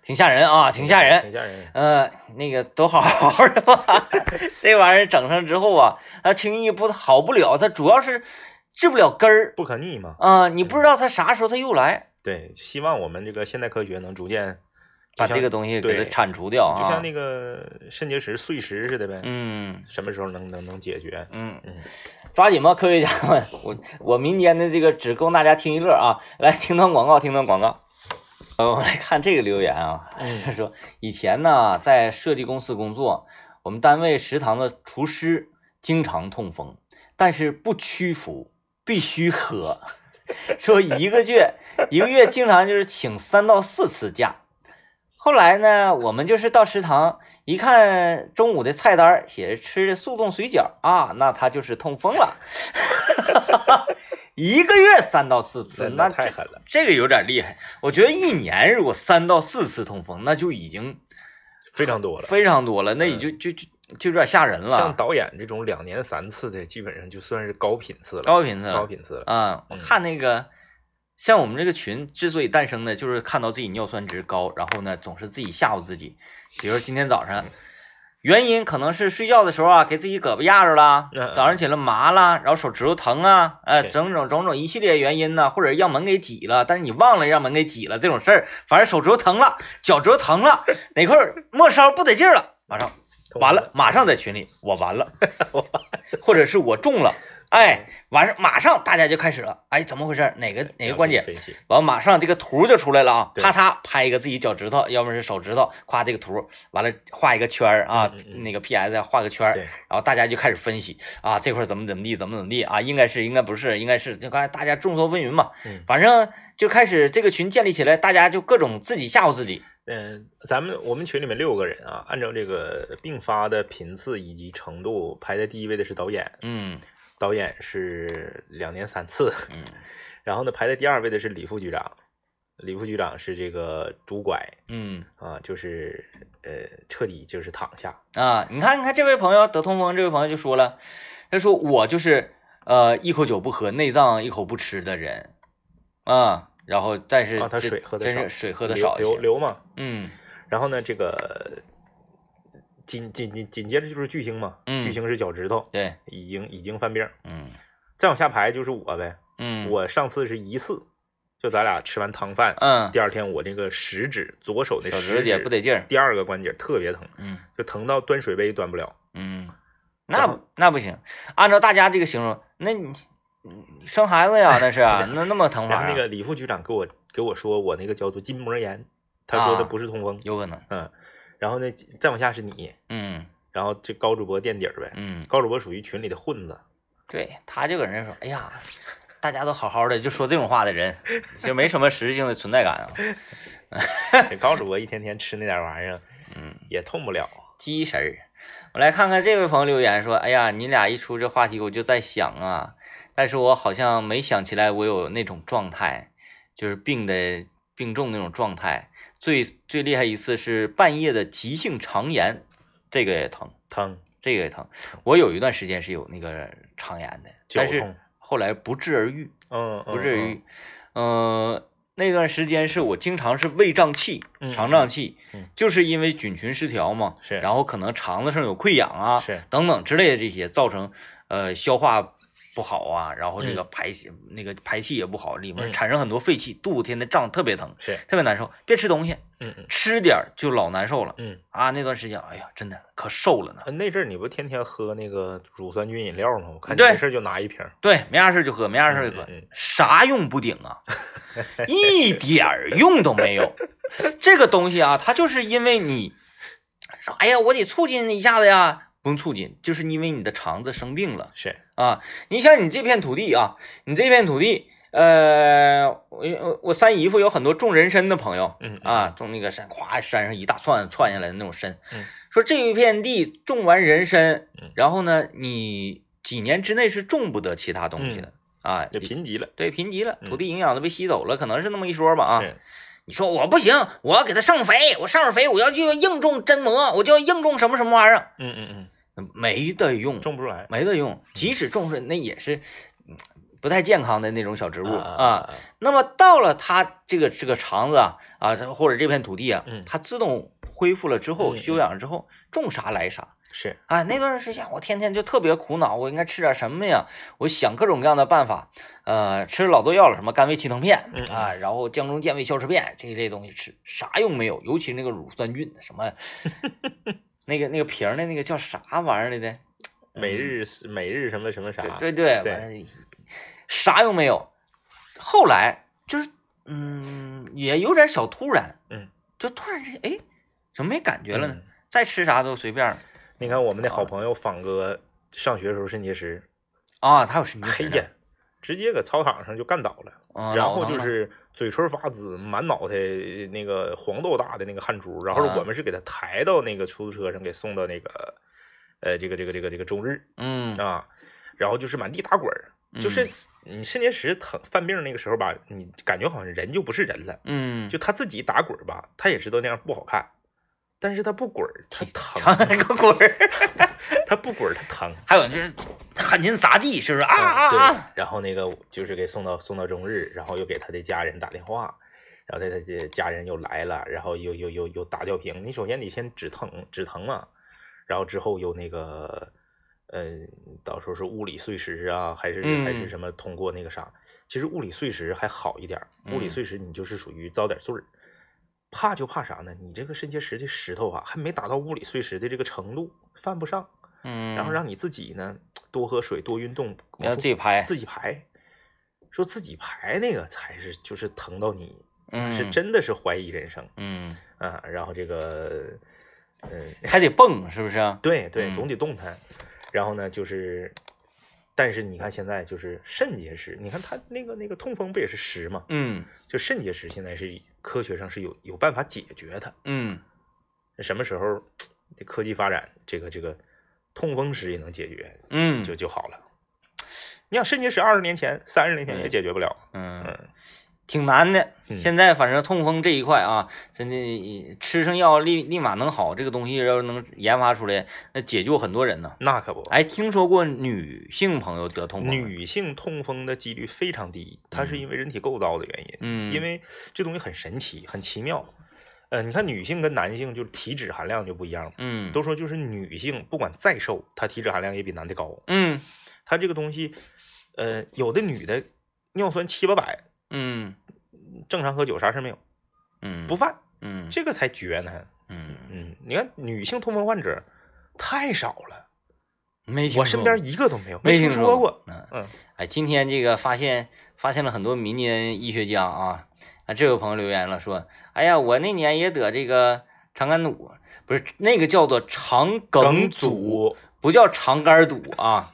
[SPEAKER 1] 挺吓人啊，挺吓
[SPEAKER 2] 挺
[SPEAKER 1] 人。
[SPEAKER 2] 吓人。
[SPEAKER 1] 呃，那个都好好的吧， *laughs* 这玩意儿整上之后啊，它轻易不好不了，它主要是治不了根儿
[SPEAKER 2] 不可逆嘛，
[SPEAKER 1] 啊、你不知道它啥时候它又来，
[SPEAKER 2] 对，希望我们这个现代科学能逐渐
[SPEAKER 1] 把
[SPEAKER 2] 就像
[SPEAKER 1] 这个东西给
[SPEAKER 2] 对
[SPEAKER 1] 它铲除掉啊。
[SPEAKER 2] 就像那个肾结石、碎石似的呗，
[SPEAKER 1] 嗯
[SPEAKER 2] 什么时候能能能解决？
[SPEAKER 1] 嗯
[SPEAKER 2] 嗯，
[SPEAKER 1] 抓紧吧，科学家们，我我民间的这个只供大家听一乐啊，来听段广告，听段广告。呃， *laughs* 我们来看这个留言啊，
[SPEAKER 2] 嗯
[SPEAKER 1] 他 *laughs* 说以前呢在设计公司工作，我们单位食堂的厨师经常痛风，但是不屈服，必须喝。 *laughs* 说一个月一个月经常就是请三到四次假。后来呢，我们就是到食堂一看中午的菜单儿写着吃的速冻水饺啊，那他就是痛风了。 *laughs* 一个月三到四次，
[SPEAKER 2] 真
[SPEAKER 1] 那
[SPEAKER 2] 的
[SPEAKER 1] 这
[SPEAKER 2] 太狠了，
[SPEAKER 1] 这个有点厉害。我觉得一年如果三到四次痛风，那就已经
[SPEAKER 2] 非常多了。
[SPEAKER 1] 非常多了，那也就就就就有点吓人
[SPEAKER 2] 像
[SPEAKER 1] 了，
[SPEAKER 2] 导演这种两年三次的，基本上就算是高频次了，高
[SPEAKER 1] 高频次了。
[SPEAKER 2] 频次了。
[SPEAKER 1] 啊，我
[SPEAKER 2] 嗯
[SPEAKER 1] 看那个，像我们这个群之所以诞生呢，就是看到自己尿酸值高，然后呢总是自己吓唬自己，比如说今天早
[SPEAKER 2] 嗯
[SPEAKER 1] 上，原因可能是睡觉的时候啊，给自己胳膊压着啦
[SPEAKER 2] 嗯，
[SPEAKER 1] 早上起来麻啦，然后手指头疼啊，呃，
[SPEAKER 2] 是
[SPEAKER 1] 种种种种一系列原因呢，或者让门给挤了，但是你忘了让门给挤了这种事儿，反正手指头疼了，脚趾头疼了，哪块儿末梢不得劲儿了，马上
[SPEAKER 2] 痛
[SPEAKER 1] 完 *laughs*
[SPEAKER 2] 风
[SPEAKER 1] 了，，马上在群里我完了，或者是我中了，
[SPEAKER 2] 嗯
[SPEAKER 1] 哎，完事儿马上大家就开始了，哎，怎么回事儿？哪个哪个关节？
[SPEAKER 2] 分析？
[SPEAKER 1] 完，马上这个图就出来了啊！
[SPEAKER 2] 对
[SPEAKER 1] 啪嚓拍一个自己脚趾头，要么是手指头，夸这个图，完了画一个圈儿啊，
[SPEAKER 2] 嗯嗯嗯
[SPEAKER 1] 那个 PS 再画个圈儿，
[SPEAKER 2] 对
[SPEAKER 1] 然后大家就开始分析啊，这块儿怎么怎么地，怎么怎么地啊，应该是应该不是，应该是就刚才大家众说纷纭嘛，
[SPEAKER 2] 嗯
[SPEAKER 1] 反正就开始这个群建立起来，大家就各种自己吓唬自己，
[SPEAKER 2] 嗯、咱们我们群里面六个人啊，按照这个并发的频次以及程度排在第一位的是导演，
[SPEAKER 1] 嗯
[SPEAKER 2] 导演是两年三次，
[SPEAKER 1] 嗯
[SPEAKER 2] *laughs* 然后呢排在第二位的是李副局长，李副局长是这个拄拐
[SPEAKER 1] 嗯
[SPEAKER 2] 啊，就是呃彻底就是躺下，
[SPEAKER 1] 啊，你看你看这位朋友得痛风，这位朋友就说了，他说我就是呃一口酒不喝，内脏一口不吃的人，啊，然后但是
[SPEAKER 2] 啊他
[SPEAKER 1] 这
[SPEAKER 2] 水喝得
[SPEAKER 1] 真
[SPEAKER 2] 少
[SPEAKER 1] 是水喝的
[SPEAKER 2] 流
[SPEAKER 1] 少一
[SPEAKER 2] 流
[SPEAKER 1] 些，
[SPEAKER 2] 流嘛，
[SPEAKER 1] 嗯
[SPEAKER 2] 然后呢这个紧紧紧紧接着就是巨星嘛，
[SPEAKER 1] 嗯
[SPEAKER 2] 巨星是脚趾头
[SPEAKER 1] 对，
[SPEAKER 2] 已经已经犯病，
[SPEAKER 1] 嗯
[SPEAKER 2] 再往下排就是我呗，
[SPEAKER 1] 嗯
[SPEAKER 2] 我上次是疑似，就咱俩吃完汤饭，
[SPEAKER 1] 嗯
[SPEAKER 2] 第二天我那个食指左手那
[SPEAKER 1] 小
[SPEAKER 2] 食
[SPEAKER 1] 指
[SPEAKER 2] 指
[SPEAKER 1] 姐不得劲儿，
[SPEAKER 2] 第二个关节特别疼，
[SPEAKER 1] 嗯
[SPEAKER 2] 就疼到端水杯端不了。
[SPEAKER 1] 嗯，
[SPEAKER 2] 然
[SPEAKER 1] 那
[SPEAKER 2] 后
[SPEAKER 1] 那不行，按照大家这个形容，那你你生孩子呀那是啊那那么疼
[SPEAKER 2] 然
[SPEAKER 1] 法
[SPEAKER 2] 后
[SPEAKER 1] 儿
[SPEAKER 2] 那
[SPEAKER 1] 啊
[SPEAKER 2] 个李副局长给我给我说我那个叫做筋膜炎，他
[SPEAKER 1] 啊
[SPEAKER 2] 说的不是痛风，
[SPEAKER 1] 有可能，
[SPEAKER 2] 嗯，然后呢再往下是你，
[SPEAKER 1] 嗯
[SPEAKER 2] 然后这高主播垫底儿呗，
[SPEAKER 1] 嗯。
[SPEAKER 2] 高主播属于群里的
[SPEAKER 1] *laughs*
[SPEAKER 2] 混子，
[SPEAKER 1] 对，他就搁那说，哎呀，大家都好好的，就说这种话的人，就没什么实质性的存在感啊。
[SPEAKER 2] 这高主播一天天吃那点玩意儿
[SPEAKER 1] 嗯，
[SPEAKER 2] 也痛不了，
[SPEAKER 1] 鸡食儿。我来看看这位朋友留言说，哎呀，你俩一出这话题，我就在想啊，但是我好像没想起来我有那种状态，就是病的病重那种状态。最最厉害一次是半夜的急性肠炎，这个也疼，
[SPEAKER 2] 疼，
[SPEAKER 1] 这个也疼。我有一段时间是有那个肠炎的，
[SPEAKER 2] 绞
[SPEAKER 1] 但是
[SPEAKER 2] 痛，
[SPEAKER 1] 后来不治而愈。
[SPEAKER 2] 嗯，
[SPEAKER 1] 不
[SPEAKER 2] 嗯
[SPEAKER 1] 至于。呃，那段时间是我经常是胃胀气、
[SPEAKER 2] 嗯
[SPEAKER 1] 肠胀气，
[SPEAKER 2] 嗯
[SPEAKER 1] 就是因为菌群失调嘛，
[SPEAKER 2] 是
[SPEAKER 1] 然后可能肠子上有溃疡啊，
[SPEAKER 2] 是
[SPEAKER 1] 等等之类的这些，造成呃消化不好啊，然后这个排泄、那个排气也不好，里面
[SPEAKER 2] 嗯
[SPEAKER 1] 产生很多废气，肚子天天胀，特别疼，
[SPEAKER 2] 是，
[SPEAKER 1] 特别难受，别吃东西，
[SPEAKER 2] 嗯嗯
[SPEAKER 1] 吃点儿就老难受了
[SPEAKER 2] 嗯
[SPEAKER 1] 啊。那段时间，哎呀，真的可瘦了呢。
[SPEAKER 2] 呃，那阵儿你不天天喝那个乳酸菌饮料吗？我看你
[SPEAKER 1] 对
[SPEAKER 2] 没事儿就拿一瓶儿，
[SPEAKER 1] 对，没啥事儿就喝，没啥事儿就喝，
[SPEAKER 2] 嗯嗯嗯
[SPEAKER 1] 啥用不顶啊，一点儿用都没有。这个东西啊，它就是因为你说，哎呀，我得促进一下子呀，不用促进，就是因为你的肠子生病了
[SPEAKER 2] 是，
[SPEAKER 1] 啊。你想，你这片土地啊，你这片土地，呃，我我我三姨夫有很多种人参的朋友，
[SPEAKER 2] 嗯嗯
[SPEAKER 1] 啊，种那个山，咵山上一大串串下来的那种参。
[SPEAKER 2] 嗯
[SPEAKER 1] 说这一片地种完人参
[SPEAKER 2] 嗯，
[SPEAKER 1] 然后呢，你几年之内是种不得其他东西的、啊，
[SPEAKER 2] 就贫瘠了
[SPEAKER 1] 对贫瘠了，
[SPEAKER 2] 嗯
[SPEAKER 1] 土地营养都被吸走了，可能是那么一说吧啊。
[SPEAKER 2] 是
[SPEAKER 1] 你说我不行，我要给它上肥，我上上肥，我要就要硬种真蘑，我就要硬种什么什么玩意儿，
[SPEAKER 2] 嗯嗯
[SPEAKER 1] 没得用
[SPEAKER 2] 嗯，，种不出 *laughs* 来，
[SPEAKER 1] 没得用，即使种出来那也是嗯不太健康的那种小植物啊
[SPEAKER 2] 啊，啊
[SPEAKER 1] 那么到了它这个这个肠子啊啊，它或者这片土地啊
[SPEAKER 2] 嗯，
[SPEAKER 1] 它自动恢复了之后，
[SPEAKER 2] 嗯嗯
[SPEAKER 1] 休养了之后，种啥来啥。
[SPEAKER 2] 是，
[SPEAKER 1] 啊，那段时间我天天就特别苦恼，我应该吃点什么呀？我想各种各样的办法，呃，吃老多药了，什么甘味气腾片
[SPEAKER 2] 嗯嗯
[SPEAKER 1] 啊，然后江中健胃消食片这一类东西吃，啥用没有？尤其那个乳酸菌，什
[SPEAKER 2] *laughs*
[SPEAKER 1] 么那个那个瓶儿的那个叫啥玩意儿来的？
[SPEAKER 2] 每日是每日什么什么啥，
[SPEAKER 1] 嗯对对
[SPEAKER 2] 对
[SPEAKER 1] 完了啥用没有。后来就是，嗯，也有点小突然，
[SPEAKER 2] 嗯，
[SPEAKER 1] 就突然之间，哎，怎么没感觉了呢？
[SPEAKER 2] 嗯
[SPEAKER 1] 再吃啥都随便儿
[SPEAKER 2] 你看我们的好朋友仿哥，上学的时候肾结石，
[SPEAKER 1] 啊，他有神经
[SPEAKER 2] 哎
[SPEAKER 1] 质呢
[SPEAKER 2] 呀，直接搁操场上就干倒了，
[SPEAKER 1] 啊，
[SPEAKER 2] 然
[SPEAKER 1] 脑
[SPEAKER 2] 后
[SPEAKER 1] 疼
[SPEAKER 2] 就
[SPEAKER 1] 了
[SPEAKER 2] 是嘴唇发紫，满脑袋那个黄豆大的那个汗珠，然后
[SPEAKER 1] 啊
[SPEAKER 2] 我们是给他抬到那个出租车上，给送到那个呃这个这个这个这个中日
[SPEAKER 1] 嗯，
[SPEAKER 2] 啊，然后就是满地打滚儿，就是你肾结石疼犯病那个时候吧，你感觉好像人就不是人了。
[SPEAKER 1] 嗯，
[SPEAKER 2] 就他自己打滚儿吧，他也知道那样不好看，但是他不滚儿，他
[SPEAKER 1] 长
[SPEAKER 2] 疼，
[SPEAKER 1] 那个滚儿， *laughs*
[SPEAKER 2] 他不滚儿，他疼。
[SPEAKER 1] 还有就是狠劲砸地，是不是啊
[SPEAKER 2] 嗯
[SPEAKER 1] 啊啊？
[SPEAKER 2] 对，然后那个就是给送到送到中日，然后又给他的家人打电话，然后他的这家人又来了，然后又又又又打吊瓶。你首先得先止疼止疼嘛，然后之后又那个，呃，到时候是物理碎石啊，还是还是
[SPEAKER 1] 嗯
[SPEAKER 2] 什么通过那个啥？其实物理碎石还好一点儿，物理
[SPEAKER 1] 嗯
[SPEAKER 2] 碎石你就是属于遭点罪儿。怕就怕啥呢？你这个肾结石的石头啊，还没达到物理碎石的这个程度，犯不上。
[SPEAKER 1] 嗯，
[SPEAKER 2] 然后让你自己呢多喝水、多运动，
[SPEAKER 1] 你要自己排，
[SPEAKER 2] 自己排，说自己排那个才是就是疼到你，
[SPEAKER 1] 嗯
[SPEAKER 2] 是，真的是怀疑人生
[SPEAKER 1] 嗯，
[SPEAKER 2] 啊。然后这个，嗯，
[SPEAKER 1] 还得蹦，是不是啊？
[SPEAKER 2] 对对，
[SPEAKER 1] 嗯
[SPEAKER 2] 总得动弹。然后呢，就是，但是你看现在就是肾结石，你看他那个那个痛风不也是石嘛？
[SPEAKER 1] 嗯
[SPEAKER 2] 就肾结石现在是科学上是有有办法解决它。
[SPEAKER 1] 嗯
[SPEAKER 2] 什么时候这科技发展，这个这个痛风石也能解决，
[SPEAKER 1] 嗯，
[SPEAKER 2] 就就好了。你想肾结石二十年前、三十年前也解决不了，
[SPEAKER 1] 嗯
[SPEAKER 2] 嗯，
[SPEAKER 1] 挺难的。
[SPEAKER 2] 嗯
[SPEAKER 1] 现在反正痛风这一块啊，真的吃上药立立马能好，这个东西要是能研发出来，那解救很多人呢。
[SPEAKER 2] 那可不。
[SPEAKER 1] 哎，听说过女性朋友得痛风吗？
[SPEAKER 2] 女性痛风的几率非常低，它是因为人体构造的原因，
[SPEAKER 1] 嗯，
[SPEAKER 2] 因为这东西很神奇、很奇妙。呃，你看女性跟男性就是体脂含量就不一样了，
[SPEAKER 1] 嗯
[SPEAKER 2] 都说就是女性不管再瘦，她体脂含量也比男的高。
[SPEAKER 1] 嗯
[SPEAKER 2] 她这个东西，呃，有的女的尿酸七八百，
[SPEAKER 1] 嗯
[SPEAKER 2] 正常喝酒啥事儿没有，
[SPEAKER 1] 嗯
[SPEAKER 2] 不犯，
[SPEAKER 1] 嗯
[SPEAKER 2] 这个才绝呢。
[SPEAKER 1] 嗯
[SPEAKER 2] 嗯，你看女性痛风患者太少了，
[SPEAKER 1] 没听
[SPEAKER 2] 我身
[SPEAKER 1] 说
[SPEAKER 2] 边
[SPEAKER 1] 过
[SPEAKER 2] 一个都没有，
[SPEAKER 1] 没
[SPEAKER 2] 听说
[SPEAKER 1] 过
[SPEAKER 2] 过。。
[SPEAKER 1] 嗯
[SPEAKER 2] 嗯，
[SPEAKER 1] 哎，今天这个发现发现了很多民间医学家啊啊！这位朋友留言了说：“哎呀，我那年也得这个肠杆堵，不是那个叫做肠梗阻，
[SPEAKER 2] 阻，
[SPEAKER 1] 不叫肠杆堵啊。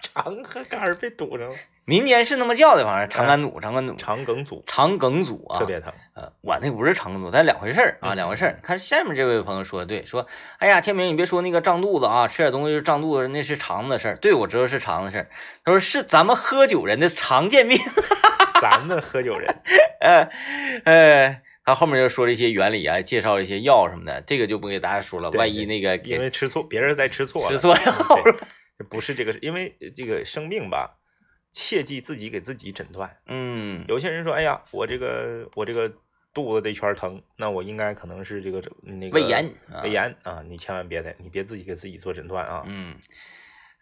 [SPEAKER 2] 肠和肝儿被堵上了，
[SPEAKER 1] 民间是那么叫的，反正肠杆堵，肠杆堵，
[SPEAKER 2] 肠梗阻
[SPEAKER 1] 肠梗阻啊。
[SPEAKER 2] 哎特别疼。
[SPEAKER 1] 呃，我那不是肠梗阻，但两回事儿啊，
[SPEAKER 2] 嗯
[SPEAKER 1] 两回事儿。看下面这位朋友说的对，说，哎呀，天明，你别说那个胀肚子啊，吃点东西就胀肚子，那是肠子的事儿。对，我知道是肠子的事儿。他说是咱们喝酒人的常见病。
[SPEAKER 2] 咱们
[SPEAKER 1] *laughs*
[SPEAKER 2] 喝酒人，
[SPEAKER 1] 呃，呃，他后面就说了一些原理啊，介绍了一些药什么的，这个就不给大家说了，
[SPEAKER 2] 对
[SPEAKER 1] 万一那个
[SPEAKER 2] 因
[SPEAKER 1] 给
[SPEAKER 2] 为吃错，别人在吃错
[SPEAKER 1] 吃
[SPEAKER 2] 了，嗯
[SPEAKER 1] 错药了。
[SPEAKER 2] 对不是这个，因为这个生病吧，切记自己给自己诊断。
[SPEAKER 1] 嗯
[SPEAKER 2] 有些人说，哎呀，我这个我这个肚子这圈儿疼，那我应该可能是这个那个
[SPEAKER 1] 胃炎啊
[SPEAKER 2] 胃炎啊，你千万别的，你别自己给自己做诊断啊。
[SPEAKER 1] 嗯，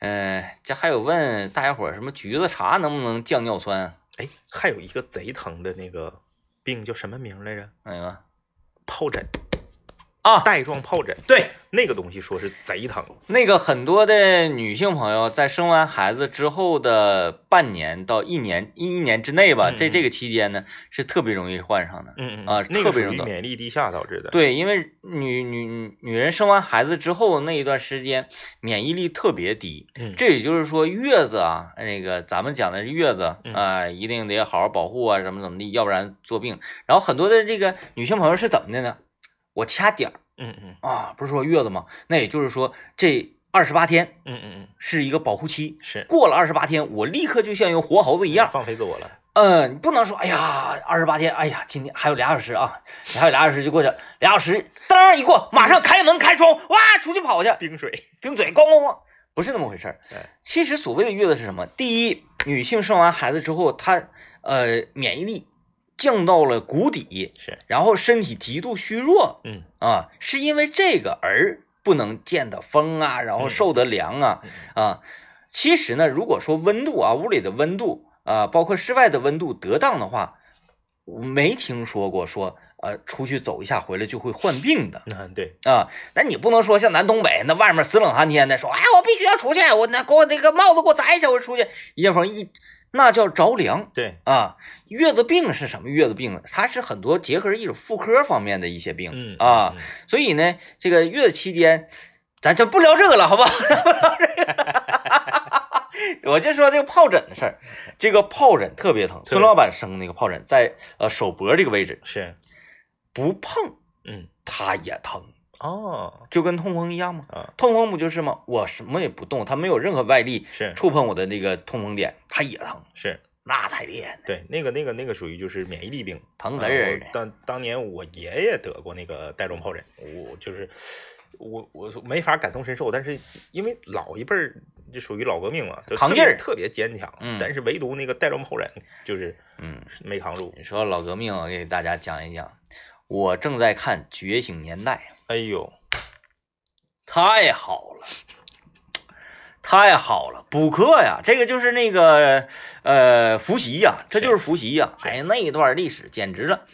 [SPEAKER 1] 呃，这还有问大家伙儿什么橘子茶能不能降尿酸？
[SPEAKER 2] 哎，还有一个贼疼的那个病叫什么名儿来着？
[SPEAKER 1] 哎呀，
[SPEAKER 2] 疱疹
[SPEAKER 1] 啊
[SPEAKER 2] 带状疱疹，
[SPEAKER 1] 对，
[SPEAKER 2] 那个东西说是贼疼，
[SPEAKER 1] 那个很多的女性朋友在生完孩子之后的半年到一年一一年之内吧，这
[SPEAKER 2] 嗯
[SPEAKER 1] 这个期间呢是特别容易患上的。
[SPEAKER 2] 嗯嗯
[SPEAKER 1] 啊
[SPEAKER 2] 那
[SPEAKER 1] 特
[SPEAKER 2] 个
[SPEAKER 1] 别
[SPEAKER 2] 属
[SPEAKER 1] 容易
[SPEAKER 2] 于
[SPEAKER 1] 得
[SPEAKER 2] 免疫力低下导致的。，
[SPEAKER 1] 对，因为女女女女人生完孩子之后那一段时间，免疫力特别低。
[SPEAKER 2] 嗯，
[SPEAKER 1] 这也就是说，月子啊，那个咱们讲的是月子啊、
[SPEAKER 2] 嗯
[SPEAKER 1] 一定得好好保护啊，怎么怎么地，要不然做病。然后很多的这个女性朋友是怎么的呢？我掐点儿
[SPEAKER 2] 嗯嗯
[SPEAKER 1] 啊，不是说月子吗？那也就是说，这二十八天
[SPEAKER 2] 嗯嗯嗯，
[SPEAKER 1] 是一个保护期，
[SPEAKER 2] 是
[SPEAKER 1] 过了二十八天，我立刻就像一个活猴子一样，
[SPEAKER 2] 放飞自我了。
[SPEAKER 1] 嗯，你不能说，哎呀，二十八天，哎呀，今天还有俩小时啊，还有俩小时就过去了，俩小时当一过，马上开门开窗，哇，出去跑去，
[SPEAKER 2] 冰水，
[SPEAKER 1] 顶嘴，咣咣咣，不是那么回事儿
[SPEAKER 2] 哎。
[SPEAKER 1] 其实所谓的月子是什么？第一，女性生完孩子之后，她呃免疫力降到了谷底，
[SPEAKER 2] 是，
[SPEAKER 1] 然后身体极度虚弱
[SPEAKER 2] 嗯
[SPEAKER 1] 啊，是因为这个而不能见的风啊，然后受的凉啊，
[SPEAKER 2] 嗯嗯
[SPEAKER 1] 啊，其实呢，如果说温度啊，屋里的温度啊，包括室外的温度得当的话，我没听说过说呃出去走一下回来就会患病的
[SPEAKER 2] 那嗯对，
[SPEAKER 1] 啊。那你不能说像南东北那外面死冷寒天的，说哎我必须要出去，我那给我那个帽子给我摘一下，我出去一阵风一那叫着凉。
[SPEAKER 2] 对，
[SPEAKER 1] 啊，月子病是什么月子病呢？它是很多结合一种妇科方面的一些病，
[SPEAKER 2] 嗯
[SPEAKER 1] 啊，，
[SPEAKER 2] 嗯嗯
[SPEAKER 1] 所以呢，这个月子期间，咱就不聊这个了，好 *laughs* 不好？不聊这 *laughs* 个，我就说这个疱疹的事儿。这个疱疹特别疼，
[SPEAKER 2] 对
[SPEAKER 1] 孙老板生那个疱疹在呃手脖这个位置，
[SPEAKER 2] 是，
[SPEAKER 1] 不碰
[SPEAKER 2] 嗯，
[SPEAKER 1] 它也疼，
[SPEAKER 2] 哦
[SPEAKER 1] 就跟痛风一样吗？
[SPEAKER 2] 啊，
[SPEAKER 1] 痛风不就是吗？我什么也不动，它没有任何外力
[SPEAKER 2] 是
[SPEAKER 1] 触碰我的那个痛风点，它也疼，
[SPEAKER 2] 是，
[SPEAKER 1] 那太厉害了，
[SPEAKER 2] 对，那个那个那个属于就是免疫力病，
[SPEAKER 1] 疼
[SPEAKER 2] 啊
[SPEAKER 1] 得人的
[SPEAKER 2] 我。当当年我爷爷得过那个带状疱疹，我就是我我没法感同身受，但是因为老一辈儿就属于老革命嘛，就
[SPEAKER 1] 扛
[SPEAKER 2] 特
[SPEAKER 1] 劲
[SPEAKER 2] 别
[SPEAKER 1] 儿
[SPEAKER 2] 特别坚强，
[SPEAKER 1] 嗯
[SPEAKER 2] 但是唯独那个带状疱疹就是
[SPEAKER 1] 嗯，
[SPEAKER 2] 没扛住。
[SPEAKER 1] 你说老革命，我给大家讲一讲，我正在看《觉醒年代》。
[SPEAKER 2] 哎呦，
[SPEAKER 1] 太好了，太好了，补课呀，这个就是那个呃复习呀，这就是复习呀。
[SPEAKER 2] 是
[SPEAKER 1] 哎，那一段历史简直了，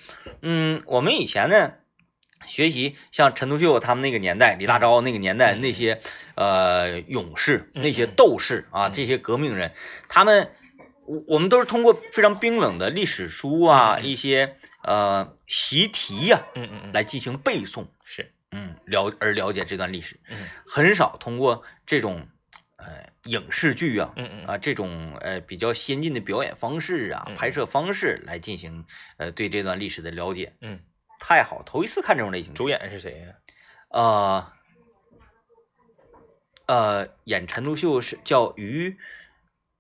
[SPEAKER 1] 嗯，我们以前呢学习像陈独秀他们那个年代、李大钊那个年代那些呃勇士、那些斗士啊，这些革命人，他们我我们都是通过非常冰冷的历史书啊，
[SPEAKER 2] 嗯嗯
[SPEAKER 1] 一些呃习题呀、
[SPEAKER 2] 嗯嗯嗯，
[SPEAKER 1] 来进行背诵，
[SPEAKER 2] 是，
[SPEAKER 1] 嗯，了而了解这段历史，
[SPEAKER 2] 嗯
[SPEAKER 1] 很少通过这种呃影视剧啊，
[SPEAKER 2] 嗯嗯
[SPEAKER 1] 啊，这种呃比较先进的表演方式啊
[SPEAKER 2] 嗯，
[SPEAKER 1] 拍摄方式来进行呃对这段历史的了解，
[SPEAKER 2] 嗯，
[SPEAKER 1] 太好，头一次看这种类型剧
[SPEAKER 2] 主演是谁呀？
[SPEAKER 1] 呃呃，演陈独秀是叫于，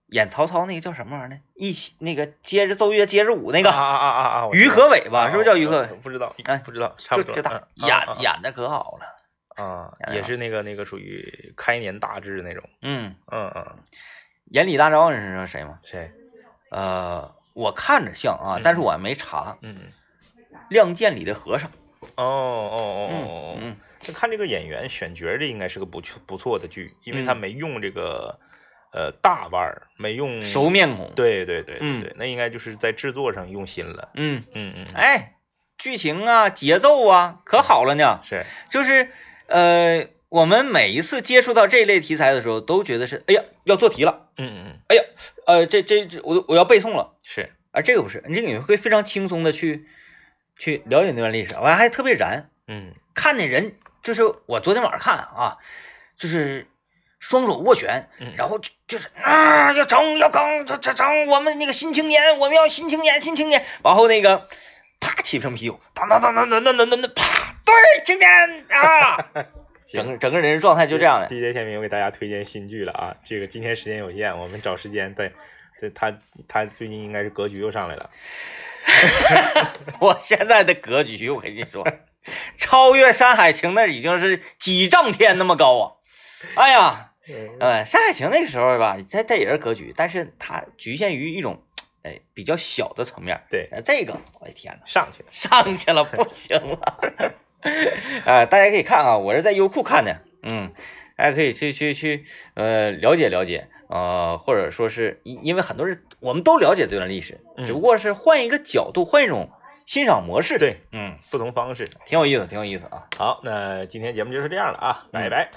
[SPEAKER 1] 演曹操那个叫什么玩意儿呢？一起那个接着奏乐接着舞那
[SPEAKER 2] 那
[SPEAKER 1] 个、
[SPEAKER 2] 啊啊啊啊啊！
[SPEAKER 1] 于和伟吧，
[SPEAKER 2] 啊
[SPEAKER 1] 是不是叫于和伟？
[SPEAKER 2] 不知道
[SPEAKER 1] 哎，
[SPEAKER 2] 不知道，差
[SPEAKER 1] 就
[SPEAKER 2] 不多。
[SPEAKER 1] 就他、
[SPEAKER 2] 嗯
[SPEAKER 1] 演、
[SPEAKER 2] 啊啊
[SPEAKER 1] 演的可好了，
[SPEAKER 2] 啊啊
[SPEAKER 1] 演得
[SPEAKER 2] 也
[SPEAKER 1] 好
[SPEAKER 2] 是那个那个属于开年大志那种。
[SPEAKER 1] 嗯，
[SPEAKER 2] 嗯嗯，
[SPEAKER 1] 演李大钊你知道谁吗？
[SPEAKER 2] 谁？
[SPEAKER 1] 呃，我看着像啊，
[SPEAKER 2] 嗯
[SPEAKER 1] 但是我还没查，
[SPEAKER 2] 嗯，
[SPEAKER 1] 亮剑》里的和尚。
[SPEAKER 2] 哦哦哦
[SPEAKER 1] 嗯
[SPEAKER 2] 哦哦，
[SPEAKER 1] 嗯，
[SPEAKER 2] 就看这个演员选角儿，这应该是个不错不错的剧，因为他
[SPEAKER 1] 嗯
[SPEAKER 2] 没用这个呃大腕儿，没用
[SPEAKER 1] 熟。面孔。，
[SPEAKER 2] 嗯对对对对
[SPEAKER 1] 嗯
[SPEAKER 2] 对，那应该就是在制作上用心了。
[SPEAKER 1] 嗯，
[SPEAKER 2] 嗯嗯，嗯
[SPEAKER 1] 哎，剧情啊，节奏啊，可好了呢。
[SPEAKER 2] 是，
[SPEAKER 1] 就是呃，我们每一次接触到这一类题材的时候，都觉得是哎呀要做题了，
[SPEAKER 2] 嗯嗯嗯，
[SPEAKER 1] 呃，这这这我我要背诵了，
[SPEAKER 2] 是，
[SPEAKER 1] 而这个不是，你这个你会非常轻松的去去了解那段历史，完还特别燃，
[SPEAKER 2] 嗯
[SPEAKER 1] 看的人就是我昨天晚上看啊，就是双手握拳，
[SPEAKER 2] 嗯，
[SPEAKER 1] 然后就就是啊，要整要刚，这这整我们那个新青年，我们要新青年，新青年。然后那个啪起瓶啤酒，当当当当当当当当当，啪，对，青年啊，整个整个人的状态就这样的。
[SPEAKER 2] DJ 天明，我给大家推荐新剧了啊！这个今天时间有限，我们找时间再。对他，他最近应该是格局又上来了。
[SPEAKER 1] 我现在的格局，我跟你说，超越《山海情》那已经是几丈天那么高啊！哎呀，呃，《山海情》那个时候吧，它它也是格局，但是它局限于一种哎比较小的层面。
[SPEAKER 2] 对，
[SPEAKER 1] 呃这个我的天哪！
[SPEAKER 2] 上去了。
[SPEAKER 1] 上去了，不行了。 *laughs* 啊，大家可以看啊，我是在优酷看的，嗯，大家可以去去去，呃，了解了解，呃，或者说是因因为很多人我们都了解这段历史，
[SPEAKER 2] 嗯
[SPEAKER 1] 只不过是换一个角度，换一种欣赏模式，，
[SPEAKER 2] 对，
[SPEAKER 1] 嗯，
[SPEAKER 2] 不同方式。
[SPEAKER 1] 挺有意思，挺有意思啊，嗯
[SPEAKER 2] 好，那今天节目就是这样了啊，拜拜。